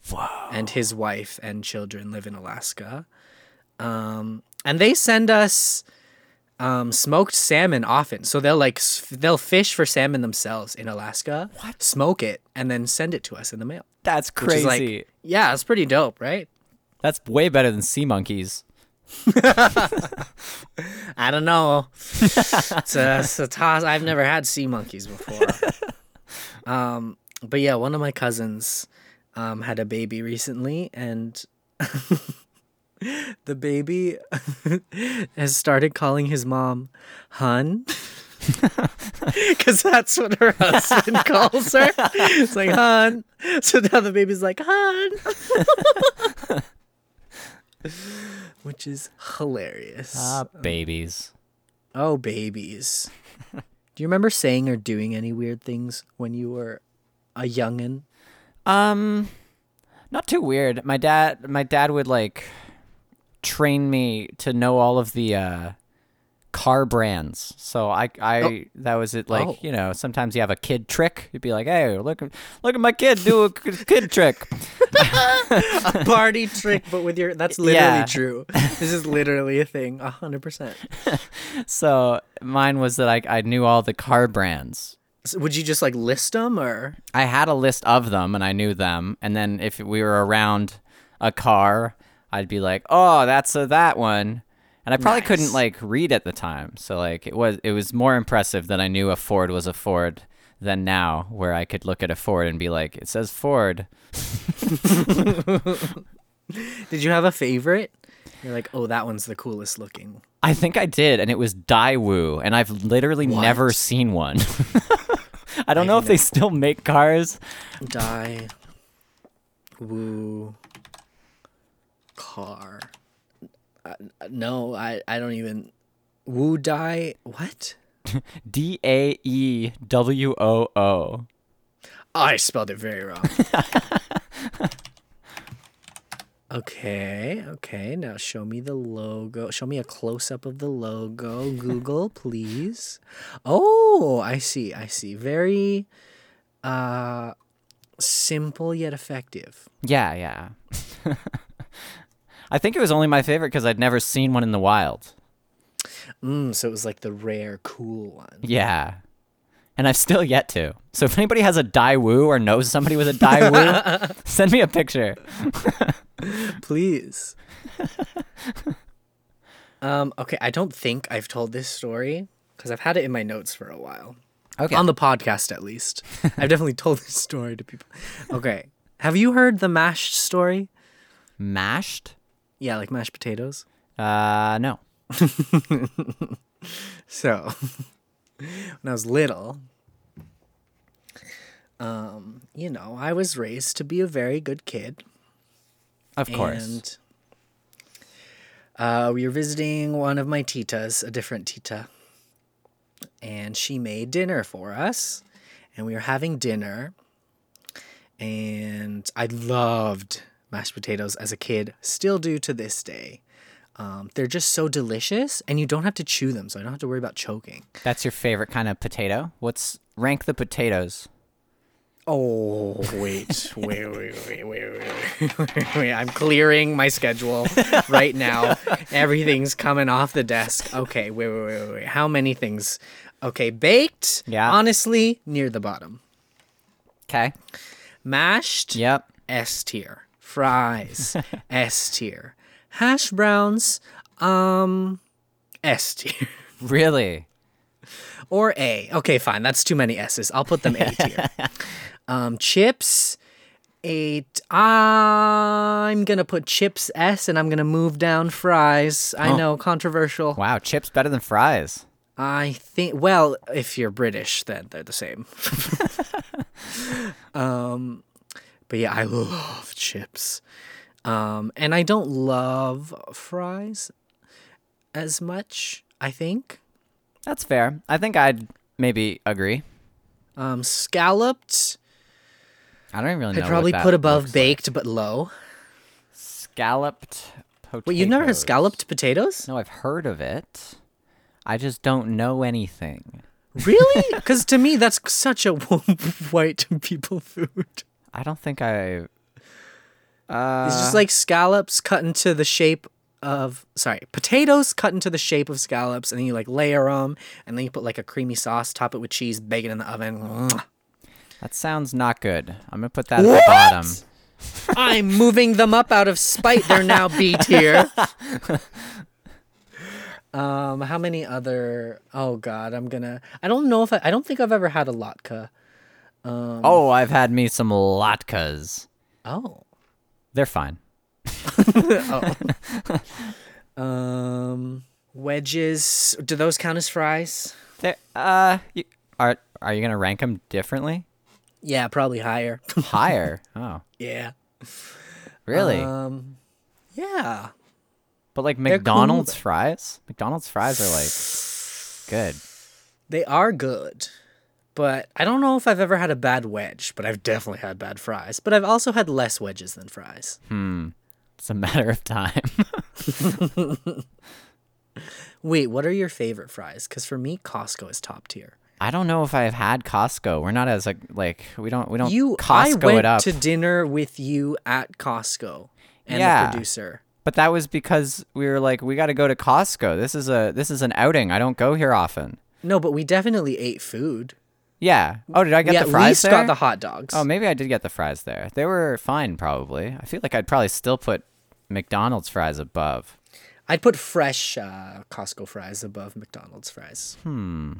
B: and his wife and children live in Alaska. Um and they send us um, smoked salmon often, so they'll like s- they'll fish for salmon themselves in Alaska, what? smoke it, and then send it to us in the mail.
A: That's
B: Which is
A: crazy.
B: like, yeah, it's pretty dope, right?
A: That's way better than sea monkeys.
B: (laughs) I don't know. it's, a, it's a toss. I've never had sea monkeys before. um, but yeah, one of my cousins um, had a baby recently, and (laughs) the baby (laughs) has started calling his mom "hun," (laughs) because that's what her husband calls her. It's like "hun." So now the baby's like "hun," (laughs) which is hilarious.
A: Ah, babies.
B: Oh, babies. Do you remember saying or doing any weird things when you were a youngin?
A: Um, not too weird. My dad, my dad would like train me to know all of the uh, car brands. So I I that was it. Like
B: Oh.
A: you know, sometimes you have a kid trick. You'd be like, hey, look at look at my kid do a k- kid trick. (laughs)
B: a party trick, but with your that's literally
A: Yeah.
B: true. This is literally a thing, a hundred percent.
A: So mine was that I I knew all the car brands.
B: So Would you just like list them or
A: I had a list of them and I knew them. And then if we were around a car, I'd be like, "Oh, that's a that one." And I probably couldn't like read at the time. So like it was it was more impressive that I knew a Ford was a Ford than now where I could look at a Ford and be like, "It says Ford."
B: did you have a favorite? You're like, oh, that one's the coolest looking.
A: I think I did and it was Daewoo and I've literally never seen one. (laughs) I don't know if they still make cars.
B: Die. Woo. Car. Uh, no, I I don't even. Woo die. What?
A: D A E W O O.
B: I spelled it very wrong. okay, okay. Now show me the logo. Show me a close up of the logo. Google, (laughs) please. Oh, I see. I see. Very uh simple yet effective.
A: Yeah, yeah. (laughs) I think it was only my favorite because I'd never seen one in the wild.
B: Mm, so it was like the rare cool one.
A: Yeah. And I've still yet to. So if anybody has a Daewoo or knows somebody with a
B: (laughs)
A: Daewoo, send me a picture.
B: Please. (laughs) um okay, I don't think I've told this story cuz I've had it in my notes for a while.
A: Okay.
B: on the podcast at least. I've definitely told this story to people. Okay. Have you heard the mashed story?
A: Mashed?
B: Yeah, like mashed potatoes.
A: Uh, no.
B: So, (laughs) when I was little, um, you know, I was raised to be a very good kid.
A: Of course.
B: And uh, we were visiting one of my titas, a different tita, and she made dinner for us, and we were having dinner. And I loved mashed potatoes as a kid, still do to this day. Um, they're just so delicious, and you don't have to chew them, so I don't have to worry about choking.
A: That's your favorite kind of potato? What's rank the potatoes?
B: Oh wait, wait, wait, wait, wait, wait, wait, wait, wait! I'm clearing my schedule right now. Everything's coming off the desk. Okay, wait, wait, wait, wait, wait. How many things? Okay, baked.
A: Yeah.
B: Honestly, near the bottom.
A: Okay.
B: Mashed.
A: Yep.
B: S tier. Fries. S tier. Hash browns. Um. S tier.
A: Really?
B: or A. Okay, fine. That's too many S's. I'll put them A tier. um, chips, eight. I'm gonna put chips S, and I'm gonna move down fries. I know, controversial.
A: Wow, chips better than fries.
B: I think. Well, if you're British, then they're the same. um, but yeah, I love chips, um, and I don't love fries as much. I think.
A: That's fair. I think I'd maybe agree.
B: Um, scalloped.
A: I don't even really know.
B: I'd
A: what
B: probably
A: that
B: put above
A: looks like.
B: baked but low.
A: Scalloped potatoes.
B: Wait, you've never had scalloped potatoes?
A: No, I've heard of it. I just don't know anything. (laughs)
B: Really? Because to me, that's such a (laughs) white people food.
A: I don't think I.
B: It's
A: Uh.
B: just like scallops cut into the shape of sorry potatoes cut into the shape of scallops, and then you like layer them, and then you put like a creamy sauce, top it with cheese, bake it in the oven.
A: (laughs)
B: Mwah.
A: That sounds not good. I'm gonna put that at the bottom.
B: I'm moving them up out of spite. They're now B
A: (laughs)
B: tier. um, how many other? Oh God, I'm gonna. I don't know if I. I don't think I've ever had a latke. Um,
A: Oh, I've had me some latkes.
B: Oh.
A: They're fine.
B: Um, wedges. Do those count as fries?
A: They're, uh, you, are are you gonna rank them
B: (laughs)
A: differently?
B: Yeah, probably higher.
A: Higher. (laughs) oh,
B: yeah.
A: really?
B: Um, yeah.
A: but like
B: they're cool,
A: McDonald's fries. McDonald's fries are like good.
B: They are good, but I don't know if I've ever had a bad wedge. But I've definitely had bad fries. But I've also had less
A: (laughs)
B: wedges than fries.
A: It's a matter of time.
B: Wait, what are your favorite fries? Because for me, Costco is top tier.
A: I don't know if I've had Costco. We're not as like like we don't we don't
B: You, I
A: Costco
B: went
A: it up.
B: to dinner with you at Costco and
A: Yeah.
B: the producer.
A: But that was because we were like we got to go to Costco. This is a this is an outing. I don't go here often.
B: No, but we definitely ate food.
A: Yeah. Oh, did I get
B: we
A: the
B: at
A: fries
B: least
A: there?
B: got the hot dogs.
A: oh, maybe I did get the fries there. They were fine probably. I feel like I'd probably still put McDonald's fries above.
B: I'd put fresh uh, Costco fries above McDonald's fries. Hmm.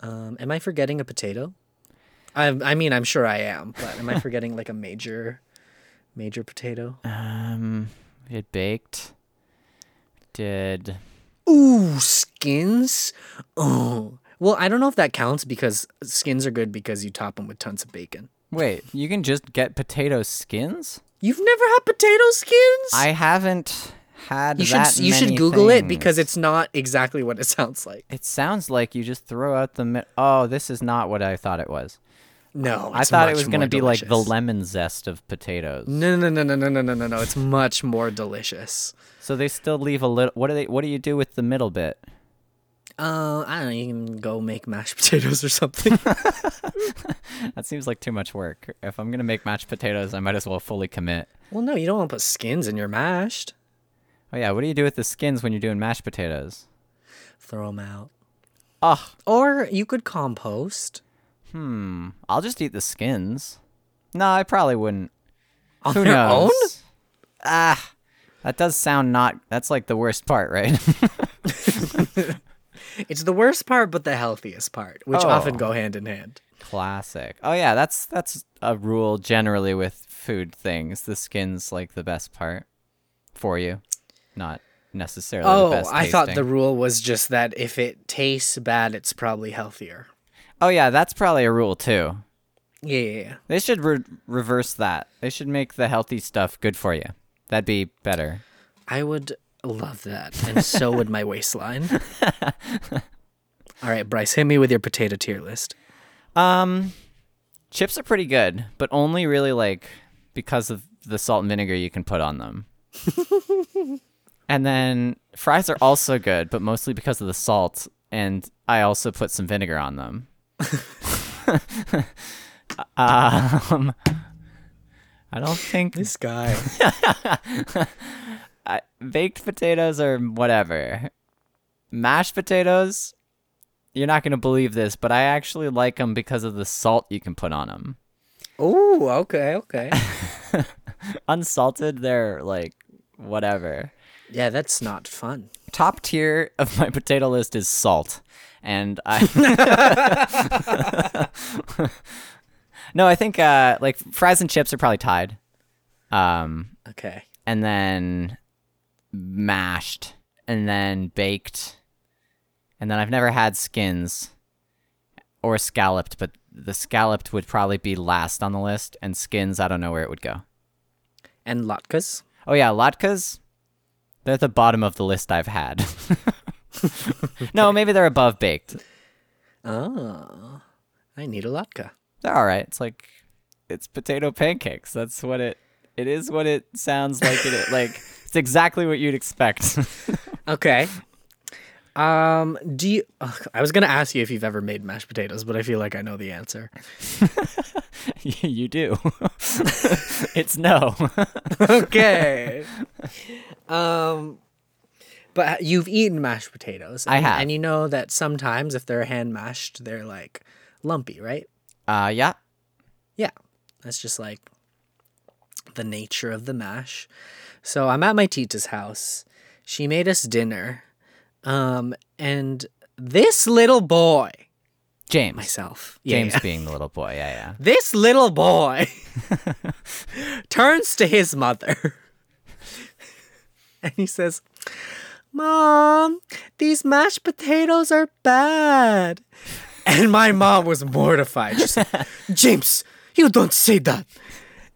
B: Um, am I forgetting a potato? I, I mean, I'm sure I am,
A: (laughs)
B: but am I forgetting like a major, major potato?
A: Uh.
B: Um,
A: We did baked. Did
B: Ooh, skins. Oh, well, I don't know if that counts because skins are good because you top them with tons of bacon.
A: Wait, you can just get potato skins?
B: You've never had potato skins?
A: I haven't had
B: you should
A: that
B: you should
A: many
B: Google it
A: things.
B: because it's not exactly what it (laughs) sounds like.
A: It sounds like you just throw out the. Mi- oh, this is not what I thought it was.
B: No,
A: I
B: it's
A: thought it
B: much
A: was
B: more
A: gonna be like the
B: delicious.
A: lemon zest of potatoes.
B: No, no, no, no, no, no, no, no, no. It's much more delicious.
A: So they still leave a little. What do they? What do you do with the middle bit?
B: Uh, I don't know. You can go make mashed (laughs) potatoes
A: (laughs)
B: or something.
A: That seems like too much work. If I'm gonna make mashed potatoes, I might as well fully commit.
B: well, no, you don't want to put skins in your mashed.
A: Oh yeah, what do you do with the skins when you're doing mashed potatoes?
B: Throw them out.
A: Ugh,
B: Or you could compost.
A: I'll just eat the skins. No, I probably wouldn't.
B: On
A: Who
B: their
A: knows?
B: own?
A: Ah, that does sound not. That's like the worst part, right? (laughs)
B: It's the worst part, but the healthiest part, which
A: Oh.
B: often go hand in hand.
A: Classic. Oh yeah, that's that's a rule generally with food things. The skin's like the best part for you, not necessarily. the
B: Oh,
A: best
B: I thought the
A: tasting.
B: rule was just that if it tastes bad, it's probably healthier.
A: Oh yeah, that's probably a rule too.
B: Yeah, yeah, yeah.
A: They should re- reverse that. They should make the healthy stuff good for you. That'd be better.
B: I would love that, and so would
A: (laughs)
B: my waistline. All right, Bryce, hit me with your potato tier list.
A: Um, chips are pretty good, but only really like because of the salt and vinegar you can put on them. and then fries are also good, but mostly because of the salt, and I also put some vinegar on them. um, I don't think
B: This (laughs) guy.
A: baked potatoes or whatever. Mashed potatoes, you're not going to believe this, but I actually like them because of the salt you can put on them.
B: Oh, okay,
A: (laughs)
B: okay.
A: Unsalted, they're like whatever.
B: Yeah, that's not fun.
A: Top tier of my potato list is salt. And I (laughs) No, I think uh like fries and chips are probably tied. Um
B: Okay.
A: and then mashed and then baked and then i've never had skins or scalloped but the scalloped would probably be last on the list and skins i don't know where it would go
B: And latkes?
A: oh yeah latkes they're at the bottom of the list i've had (laughs) no maybe they're above baked
B: Oh, I need a latke.
A: they're all right it's like it's potato pancakes that's what it it is what it sounds like it (laughs) like it's exactly what you'd expect (laughs)
B: Okay. Um, do you? Ugh, I was gonna ask you if you've ever made mashed potatoes, but I feel like I know the answer.
A: you do. (laughs) it's no. (laughs)
B: Okay. (laughs) um, but you've eaten mashed potatoes.
A: I
B: and-
A: have.
B: and you know that sometimes if they're hand mashed, they're like lumpy, right?
A: uh, yeah.
B: Yeah, that's just like the nature of the mash. So I'm at my Tita's house. She made us dinner. Um, and this little boy,
A: James.
B: myself, yeah,
A: James
B: yeah.
A: being the little boy. Yeah, yeah.
B: (laughs) this little boy (laughs) turns to his mother (laughs) and he says, Mom, these mashed potatoes are bad. And my mom was mortified. She said, James, you don't say that.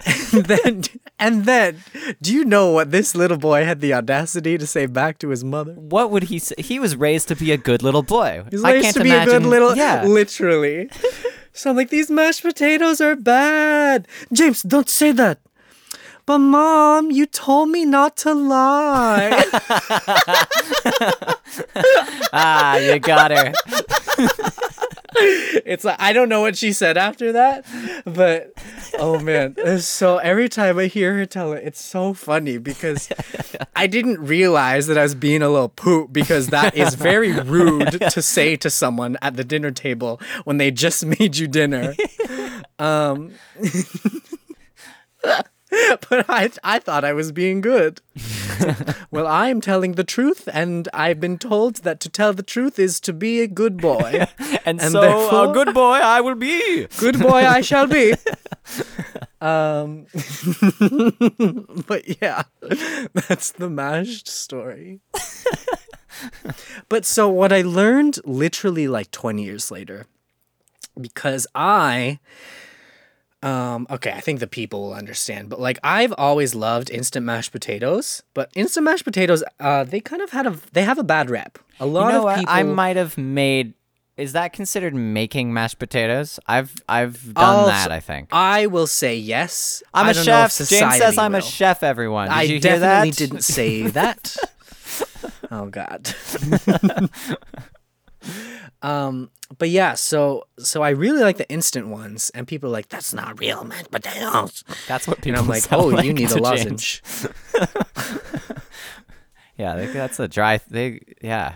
B: And then, and then, do you know what this little boy had the audacity to say back to his mother?
A: What would he say? He was raised to be a good little boy.
B: He's
A: I
B: raised
A: can't
B: to be
A: imagine.
B: a good little,
A: Yeah.
B: (laughs) literally. so I'm like, these mashed potatoes are bad. James, don't say that. But mom, you told me not
A: (laughs)
B: to lie.
A: Ah, you got her.
B: it's like I don't know what she said after that, but oh man, it's so every time I hear her tell it, it's so funny because I didn't realize that I was being a little poop because that is very rude to say to someone at the dinner table when they just (laughs) made you dinner. Um, (laughs) but I I thought I was being good. well, I'm telling the truth, and I've been told that to tell the truth is to be a good boy.
A: (laughs) And,
B: And
A: so
B: therefore-
A: a good boy I will be.
B: good boy I
A: (laughs)
B: shall be. um, (laughs) but yeah, that's the
A: (laughs)
B: mashed story. but so what I learned literally like 20 years later, because I. Um, okay, I think the people will understand, but like I've always loved instant mashed potatoes, but instant mashed potatoes, uh, they kind of had a they have a bad rep. A lot
A: You know
B: of
A: what?
B: people,
A: I might have made. Is that considered making mashed potatoes? I've I've done
B: I'll-
A: that. I think.
B: I will say yes.
A: I'm
B: I
A: a
B: don't know if
A: chef. James says
B: society
A: I'm a
B: will.
A: chef. Everyone, did
B: I
A: you hear
B: definitely
A: that? (laughs)
B: didn't say that. oh God. um, but yeah, so so I really like the instant ones, and people are like, "That's not real mashed potatoes."
A: That's (laughs) what
B: And
A: people.
B: I'm like,
A: sound
B: "Oh, you need
A: to
B: a
A: James.
B: lozenge."
A: (laughs) Yeah, they, that's a dry. They (laughs) yeah.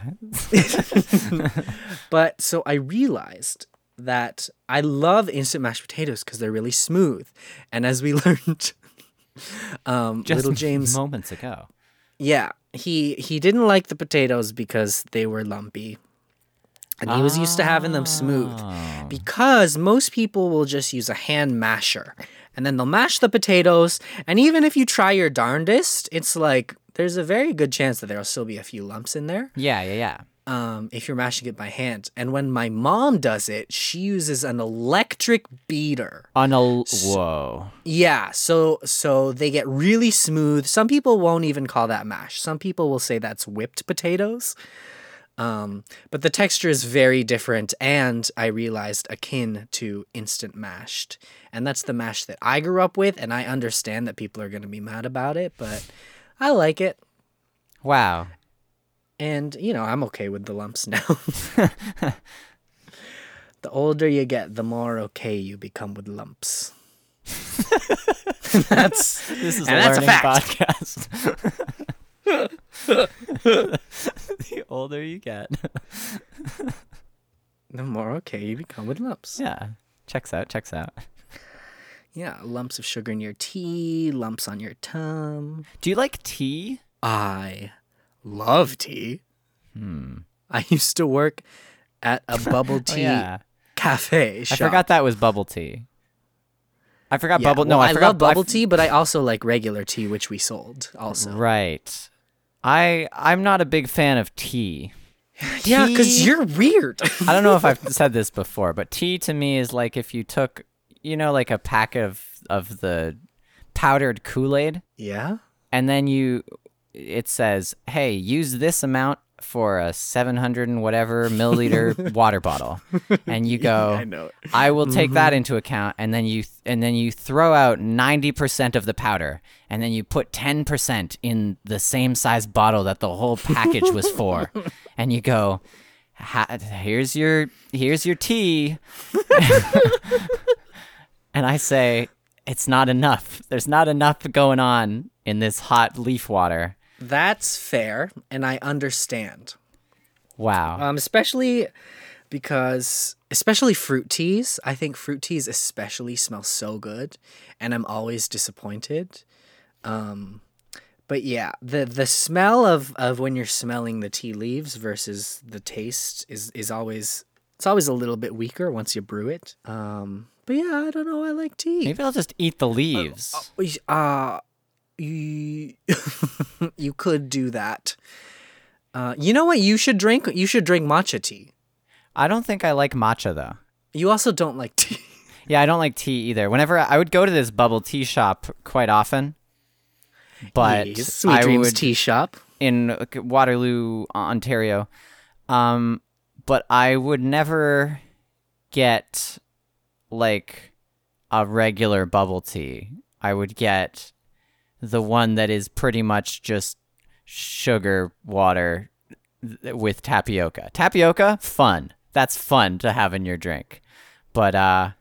B: But so I realized that I love instant mashed potatoes because they're really smooth, and as we (laughs) learned, um,
A: Just
B: little James
A: moments ago.
B: Yeah, he he didn't like the potatoes because they were lumpy. And he was used to having them smooth because most people will just use a hand masher and then they'll mash the potatoes. And even if you try your darndest, it's like there's a very good chance that there'll still be a few lumps in there
A: Yeah, yeah, yeah.
B: um, if you're mashing it by hand. And when my mom does it, she uses an electric beater.
A: On a l- whoa.
B: Yeah, so so they get really smooth. Some people won't even call that mash. Some people will say that's whipped potatoes. Um, but the texture is very different and I realized akin to instant mashed. And that's the mash that I grew up with and I understand that people are going to be mad about it, but I like it
A: Wow.
B: and you know, I'm okay with the lumps (laughs) now. the older you get, the more okay you become with lumps. that's
A: This is
B: And
A: a
B: that's a
A: learning podcast. (laughs) the older you get. (laughs)
B: the more okay you become with lumps.
A: Yeah. Checks out, checks out.
B: Yeah, lumps of sugar in your tea, lumps on your tongue.
A: Do you like tea?
B: I love tea. Hmm. I used to work at
A: (laughs)
B: a bubble tea
A: Oh, yeah.
B: cafe
A: I
B: shop.
A: forgot that was bubble tea. I forgot
B: Yeah,
A: bubble no,
B: well,
A: I forgot
B: love
A: bu-
B: bubble tea, but I also like regular tea, which we sold also.
A: Right. I I'm not a big fan of tea.
B: (laughs) Yeah, because
A: Tea-
B: you're weird.
A: I don't know if I've said this before, but tea to me is like if you took, you know, like a pack of of the powdered Kool-Aid
B: (laughs) yeah.
A: and then you it says, "Hey, use this amount for a 700 and whatever
B: (laughs)
A: milliliter water bottle." And you go,
B: I know.
A: I will take that into account, and then you and then you throw out ninety percent of the powder, and then you put ten percent in the same size bottle that the whole package was for, and you go, "Ha- "Here's your here's your tea," (laughs) and I say, "It's not enough. There's not enough going on in this hot leaf water."
B: That's fair, and I understand.
A: Wow.
B: Um, especially because, especially fruit teas. I think fruit teas especially smell so good, and I'm always disappointed. Um, but yeah, the the smell of of when you're smelling the tea leaves versus the taste is is always it's always a little bit weaker once you brew it. Um, but yeah, I don't know. I like tea.
A: Maybe I'll just eat the leaves.
B: Y- Uh, you, (laughs) you could do that. Uh, you know what you should drink? You should drink matcha tea.
A: I don't think I like matcha though.
B: You also don't like (laughs) tea.
A: Yeah, I don't like tea either. Whenever I, I would go to this bubble tea shop quite often, but
B: Yes, Sweet
A: I
B: Dreams
A: would
B: Tea Shop.
A: in uh, Waterloo, Ontario. Um, but I would never get like a regular bubble tea. I would get the one that is pretty much just sugar water th- with tapioca. Tapioca, fun. That's fun to have in your drink. But uh,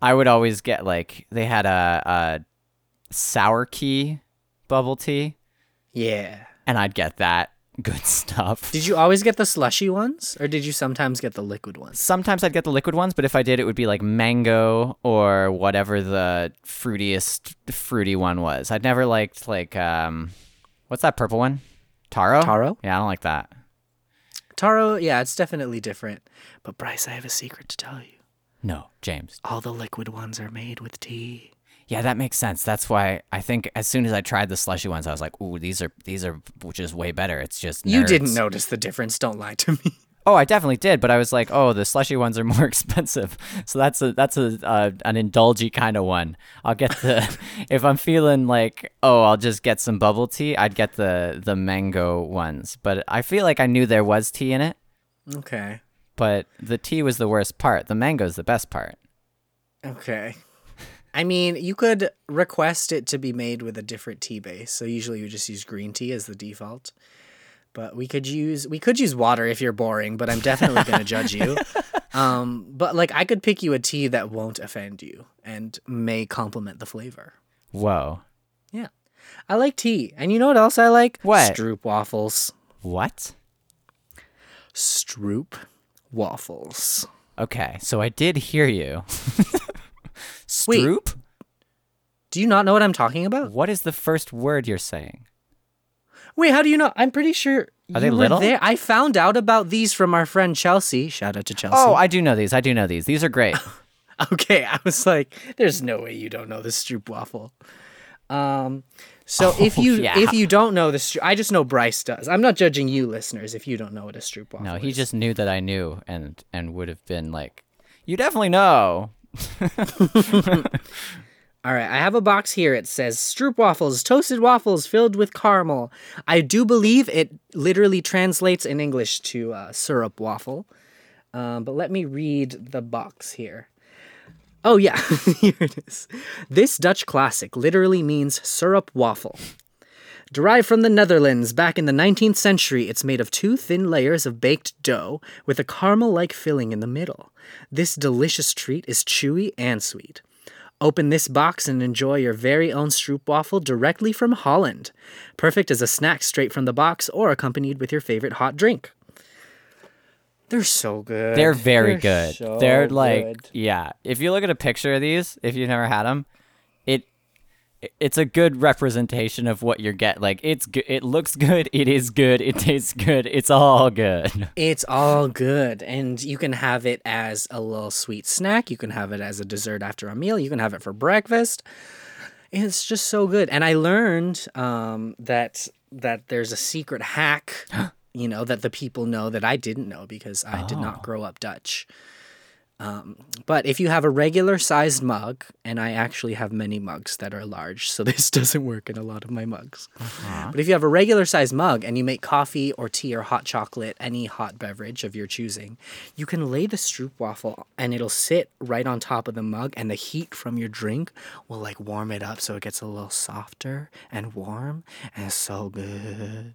A: I would always get like they had a, a sour key bubble tea,
B: Yeah.
A: and I'd get that (laughs) good stuff.
B: Did you always get the slushy ones, or did you sometimes get the liquid ones?
A: Sometimes I'd get the liquid ones, but if I did, it would be like mango or whatever the fruitiest fruity one was. I'd never liked like um, what's that purple one? Taro.
B: Taro?
A: Yeah, I don't like that.
B: Taro, yeah, it's definitely different. But Bryce, I have a secret to tell you.
A: No, James.
B: All the liquid ones are made with tea.
A: Yeah, that makes sense. That's why I think as soon as I tried the slushy ones, I was like, "Ooh, these are these are just way better." It's just
B: You
A: nerds.
B: didn't notice the difference. Don't lie to me. (laughs)
A: Oh, I definitely did, but I was like, "Oh, the slushy ones are (laughs) more expensive." So that's a that's a uh, an indulgy kind of one. I'll get (laughs) the if I'm feeling like, "Oh, I'll just get some bubble tea." I'd get the the mango ones, but I feel like I knew there was tea in it,
B: Okay.
A: but the tea was the worst part. The mango's the best part.
B: Okay. I mean, you could request it to be made with a different tea base. So usually you just use green tea as the default. But we could use we could use water if you're boring, but I'm definitely going to judge you. Um, but like I could pick you a tea that won't offend you and may complement the flavor.
A: Whoa.
B: Yeah. I like tea. And you know what else I like?
A: What?
B: Stroop waffles.
A: What?
B: Stroop waffles.
A: Okay, so I did hear you. (laughs)
B: Wait.
A: Stroop?
B: Do you not know what I'm talking about?
A: What is the first word you're saying?
B: Wait, how do you know? I'm pretty sure.
A: Are
B: you
A: they
B: were
A: little?
B: There. I found out about these from our friend Chelsea. Shout out to Chelsea.
A: Oh, I do know these. I do know these. These are great.
B: (laughs) okay. I was like, there's no way you don't know the Stroop waffle. Um, so if you
A: Oh, yeah.
B: if you don't know the Stroop, I just know Bryce does. I'm not judging you, listeners, if you don't know what a Stroop waffle.
A: No,
B: is.
A: he just knew that I knew and and would have been like, "You definitely know."
B: All right, I have a box here. It says Stroop waffles, toasted waffles filled with caramel. I do believe it literally translates in English to uh, syrup waffle. Um, but let me read the box here. Oh, yeah, (laughs) here it is. This Dutch classic literally means syrup waffle. Derived from the Netherlands back in the 19th century, it's made of two thin layers of baked dough with a caramel like filling in the middle. This delicious treat is chewy and sweet. Open this box and enjoy your very own stroopwafel directly from Holland. Perfect as a snack straight from the box or accompanied with your favorite hot drink. They're so good.
A: They're very good.
B: so
A: They're like,
B: good.
A: yeah. If you look at a picture of these, if you've never had them, it it's a good representation of what you get. Like it's good. It looks good. It is good. It tastes good. It's all good. (laughs)
B: It's all good. And you can have it as a little sweet snack. You can have it as a dessert after a meal. You can have it for breakfast. It's just so good. And I learned um, that that there's a secret hack, you know, that the people know that I didn't know because I did not grow up Dutch. Um, but if you have a regular sized mug, and I actually have many mugs that are large, so (laughs) this doesn't work in a lot of my mugs. But if you have a regular sized mug and you make coffee or tea or hot chocolate, any hot beverage of your choosing, you can lay the stroopwafel and it'll sit right on top of the mug and the heat from your drink will like warm it up so it gets a little softer and warm and it's so good.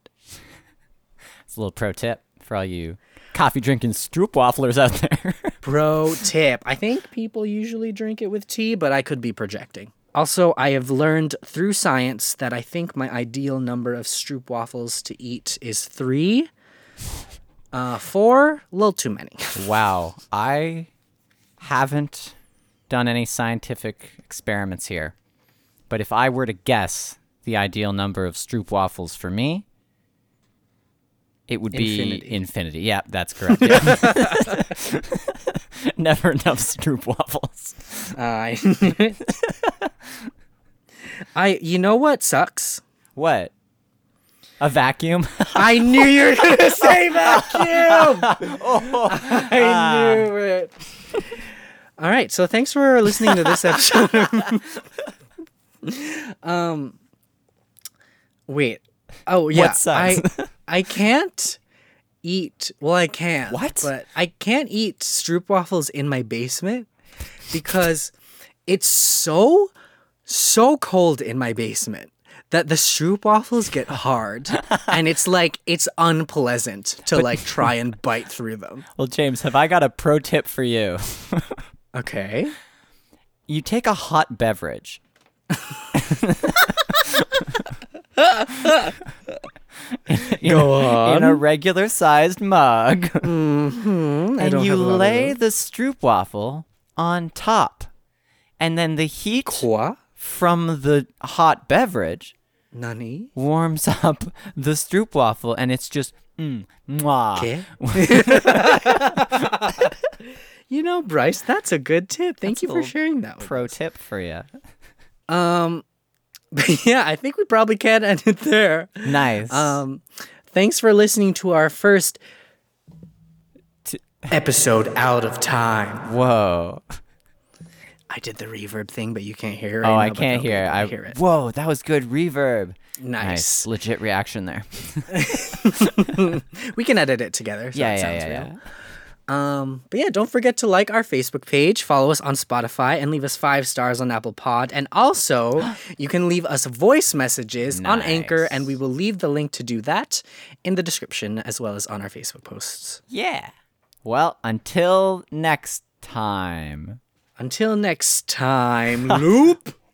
A: It's a little pro tip for all you coffee drinking stroopwaflers out there. (laughs)
B: Pro tip. I think people usually drink it with tea, but I could be projecting. Also, I have learned through science that I think my ideal number of stroop waffles to eat is three. Uh, four, a little too many. (laughs)
A: wow, I haven't done any scientific experiments here, but if I were to guess the ideal number of Stroop waffles for me, it would be
B: Infinity.
A: infinity. Yeah, (laughs) that's correct. yeah. Never enough Stroop waffles.
B: I, (laughs) I, you know what sucks?
A: What? A vacuum? (laughs)
B: I knew you were gonna say vacuum. I knew it. All right, so thanks for listening to this episode. (laughs) um, wait. Oh yeah, I,
A: sucks?
B: I can't eat. Well, I can.
A: What?
B: But I can't eat stroop waffles in my basement because it's so so cold in my basement that the stroop waffles get (laughs) hard, and it's like it's unpleasant to like try and bite through them.
A: Well, James, have I got a pro tip for you?
B: Okay.
A: You take a hot beverage. (laughs)
B: Go
A: in a regular sized mug. and
B: Mm-hmm. don't
A: you
B: have a lot of
A: lay the stroop waffle on top. And then the heat
B: Quoi?
A: from the hot beverage
B: Nani?
A: warms up the stroop waffle and it's just mm, mwah.
B: Que? (laughs) you know, Bryce, that's a good tip. Thank
A: That's
B: you
A: a
B: for
A: little
B: sharing that. with
A: Pro tip for you.
B: me. Um, (laughs) but yeah, I think we probably can end it there.
A: Nice.
B: Um, thanks for listening to our first
A: T-
B: episode out of time.
A: Whoa.
B: I did the reverb thing, but you can't hear it.
A: Oh,
B: right
A: I
B: now, but
A: can't
B: they'll be
A: hear.
B: able to
A: I
B: hear it.
A: Whoa, that was good reverb.
B: Nice.
A: Legit reaction there.
B: We can edit it together. So
A: yeah,
B: it
A: yeah,
B: sounds
A: yeah,
B: real.
A: yeah.
B: Um, but yeah, don't forget to like our Facebook page, follow us on Spotify, and leave us five stars on Apple Pod. And
A: (gasps)
B: also, you can leave us voice messages on Anchor,
A: Nice.
B: and we will leave the link to do that in the description as well as on our Facebook posts.
A: Yeah. Well, until next time. (laughs)
B: Until next time, Loop.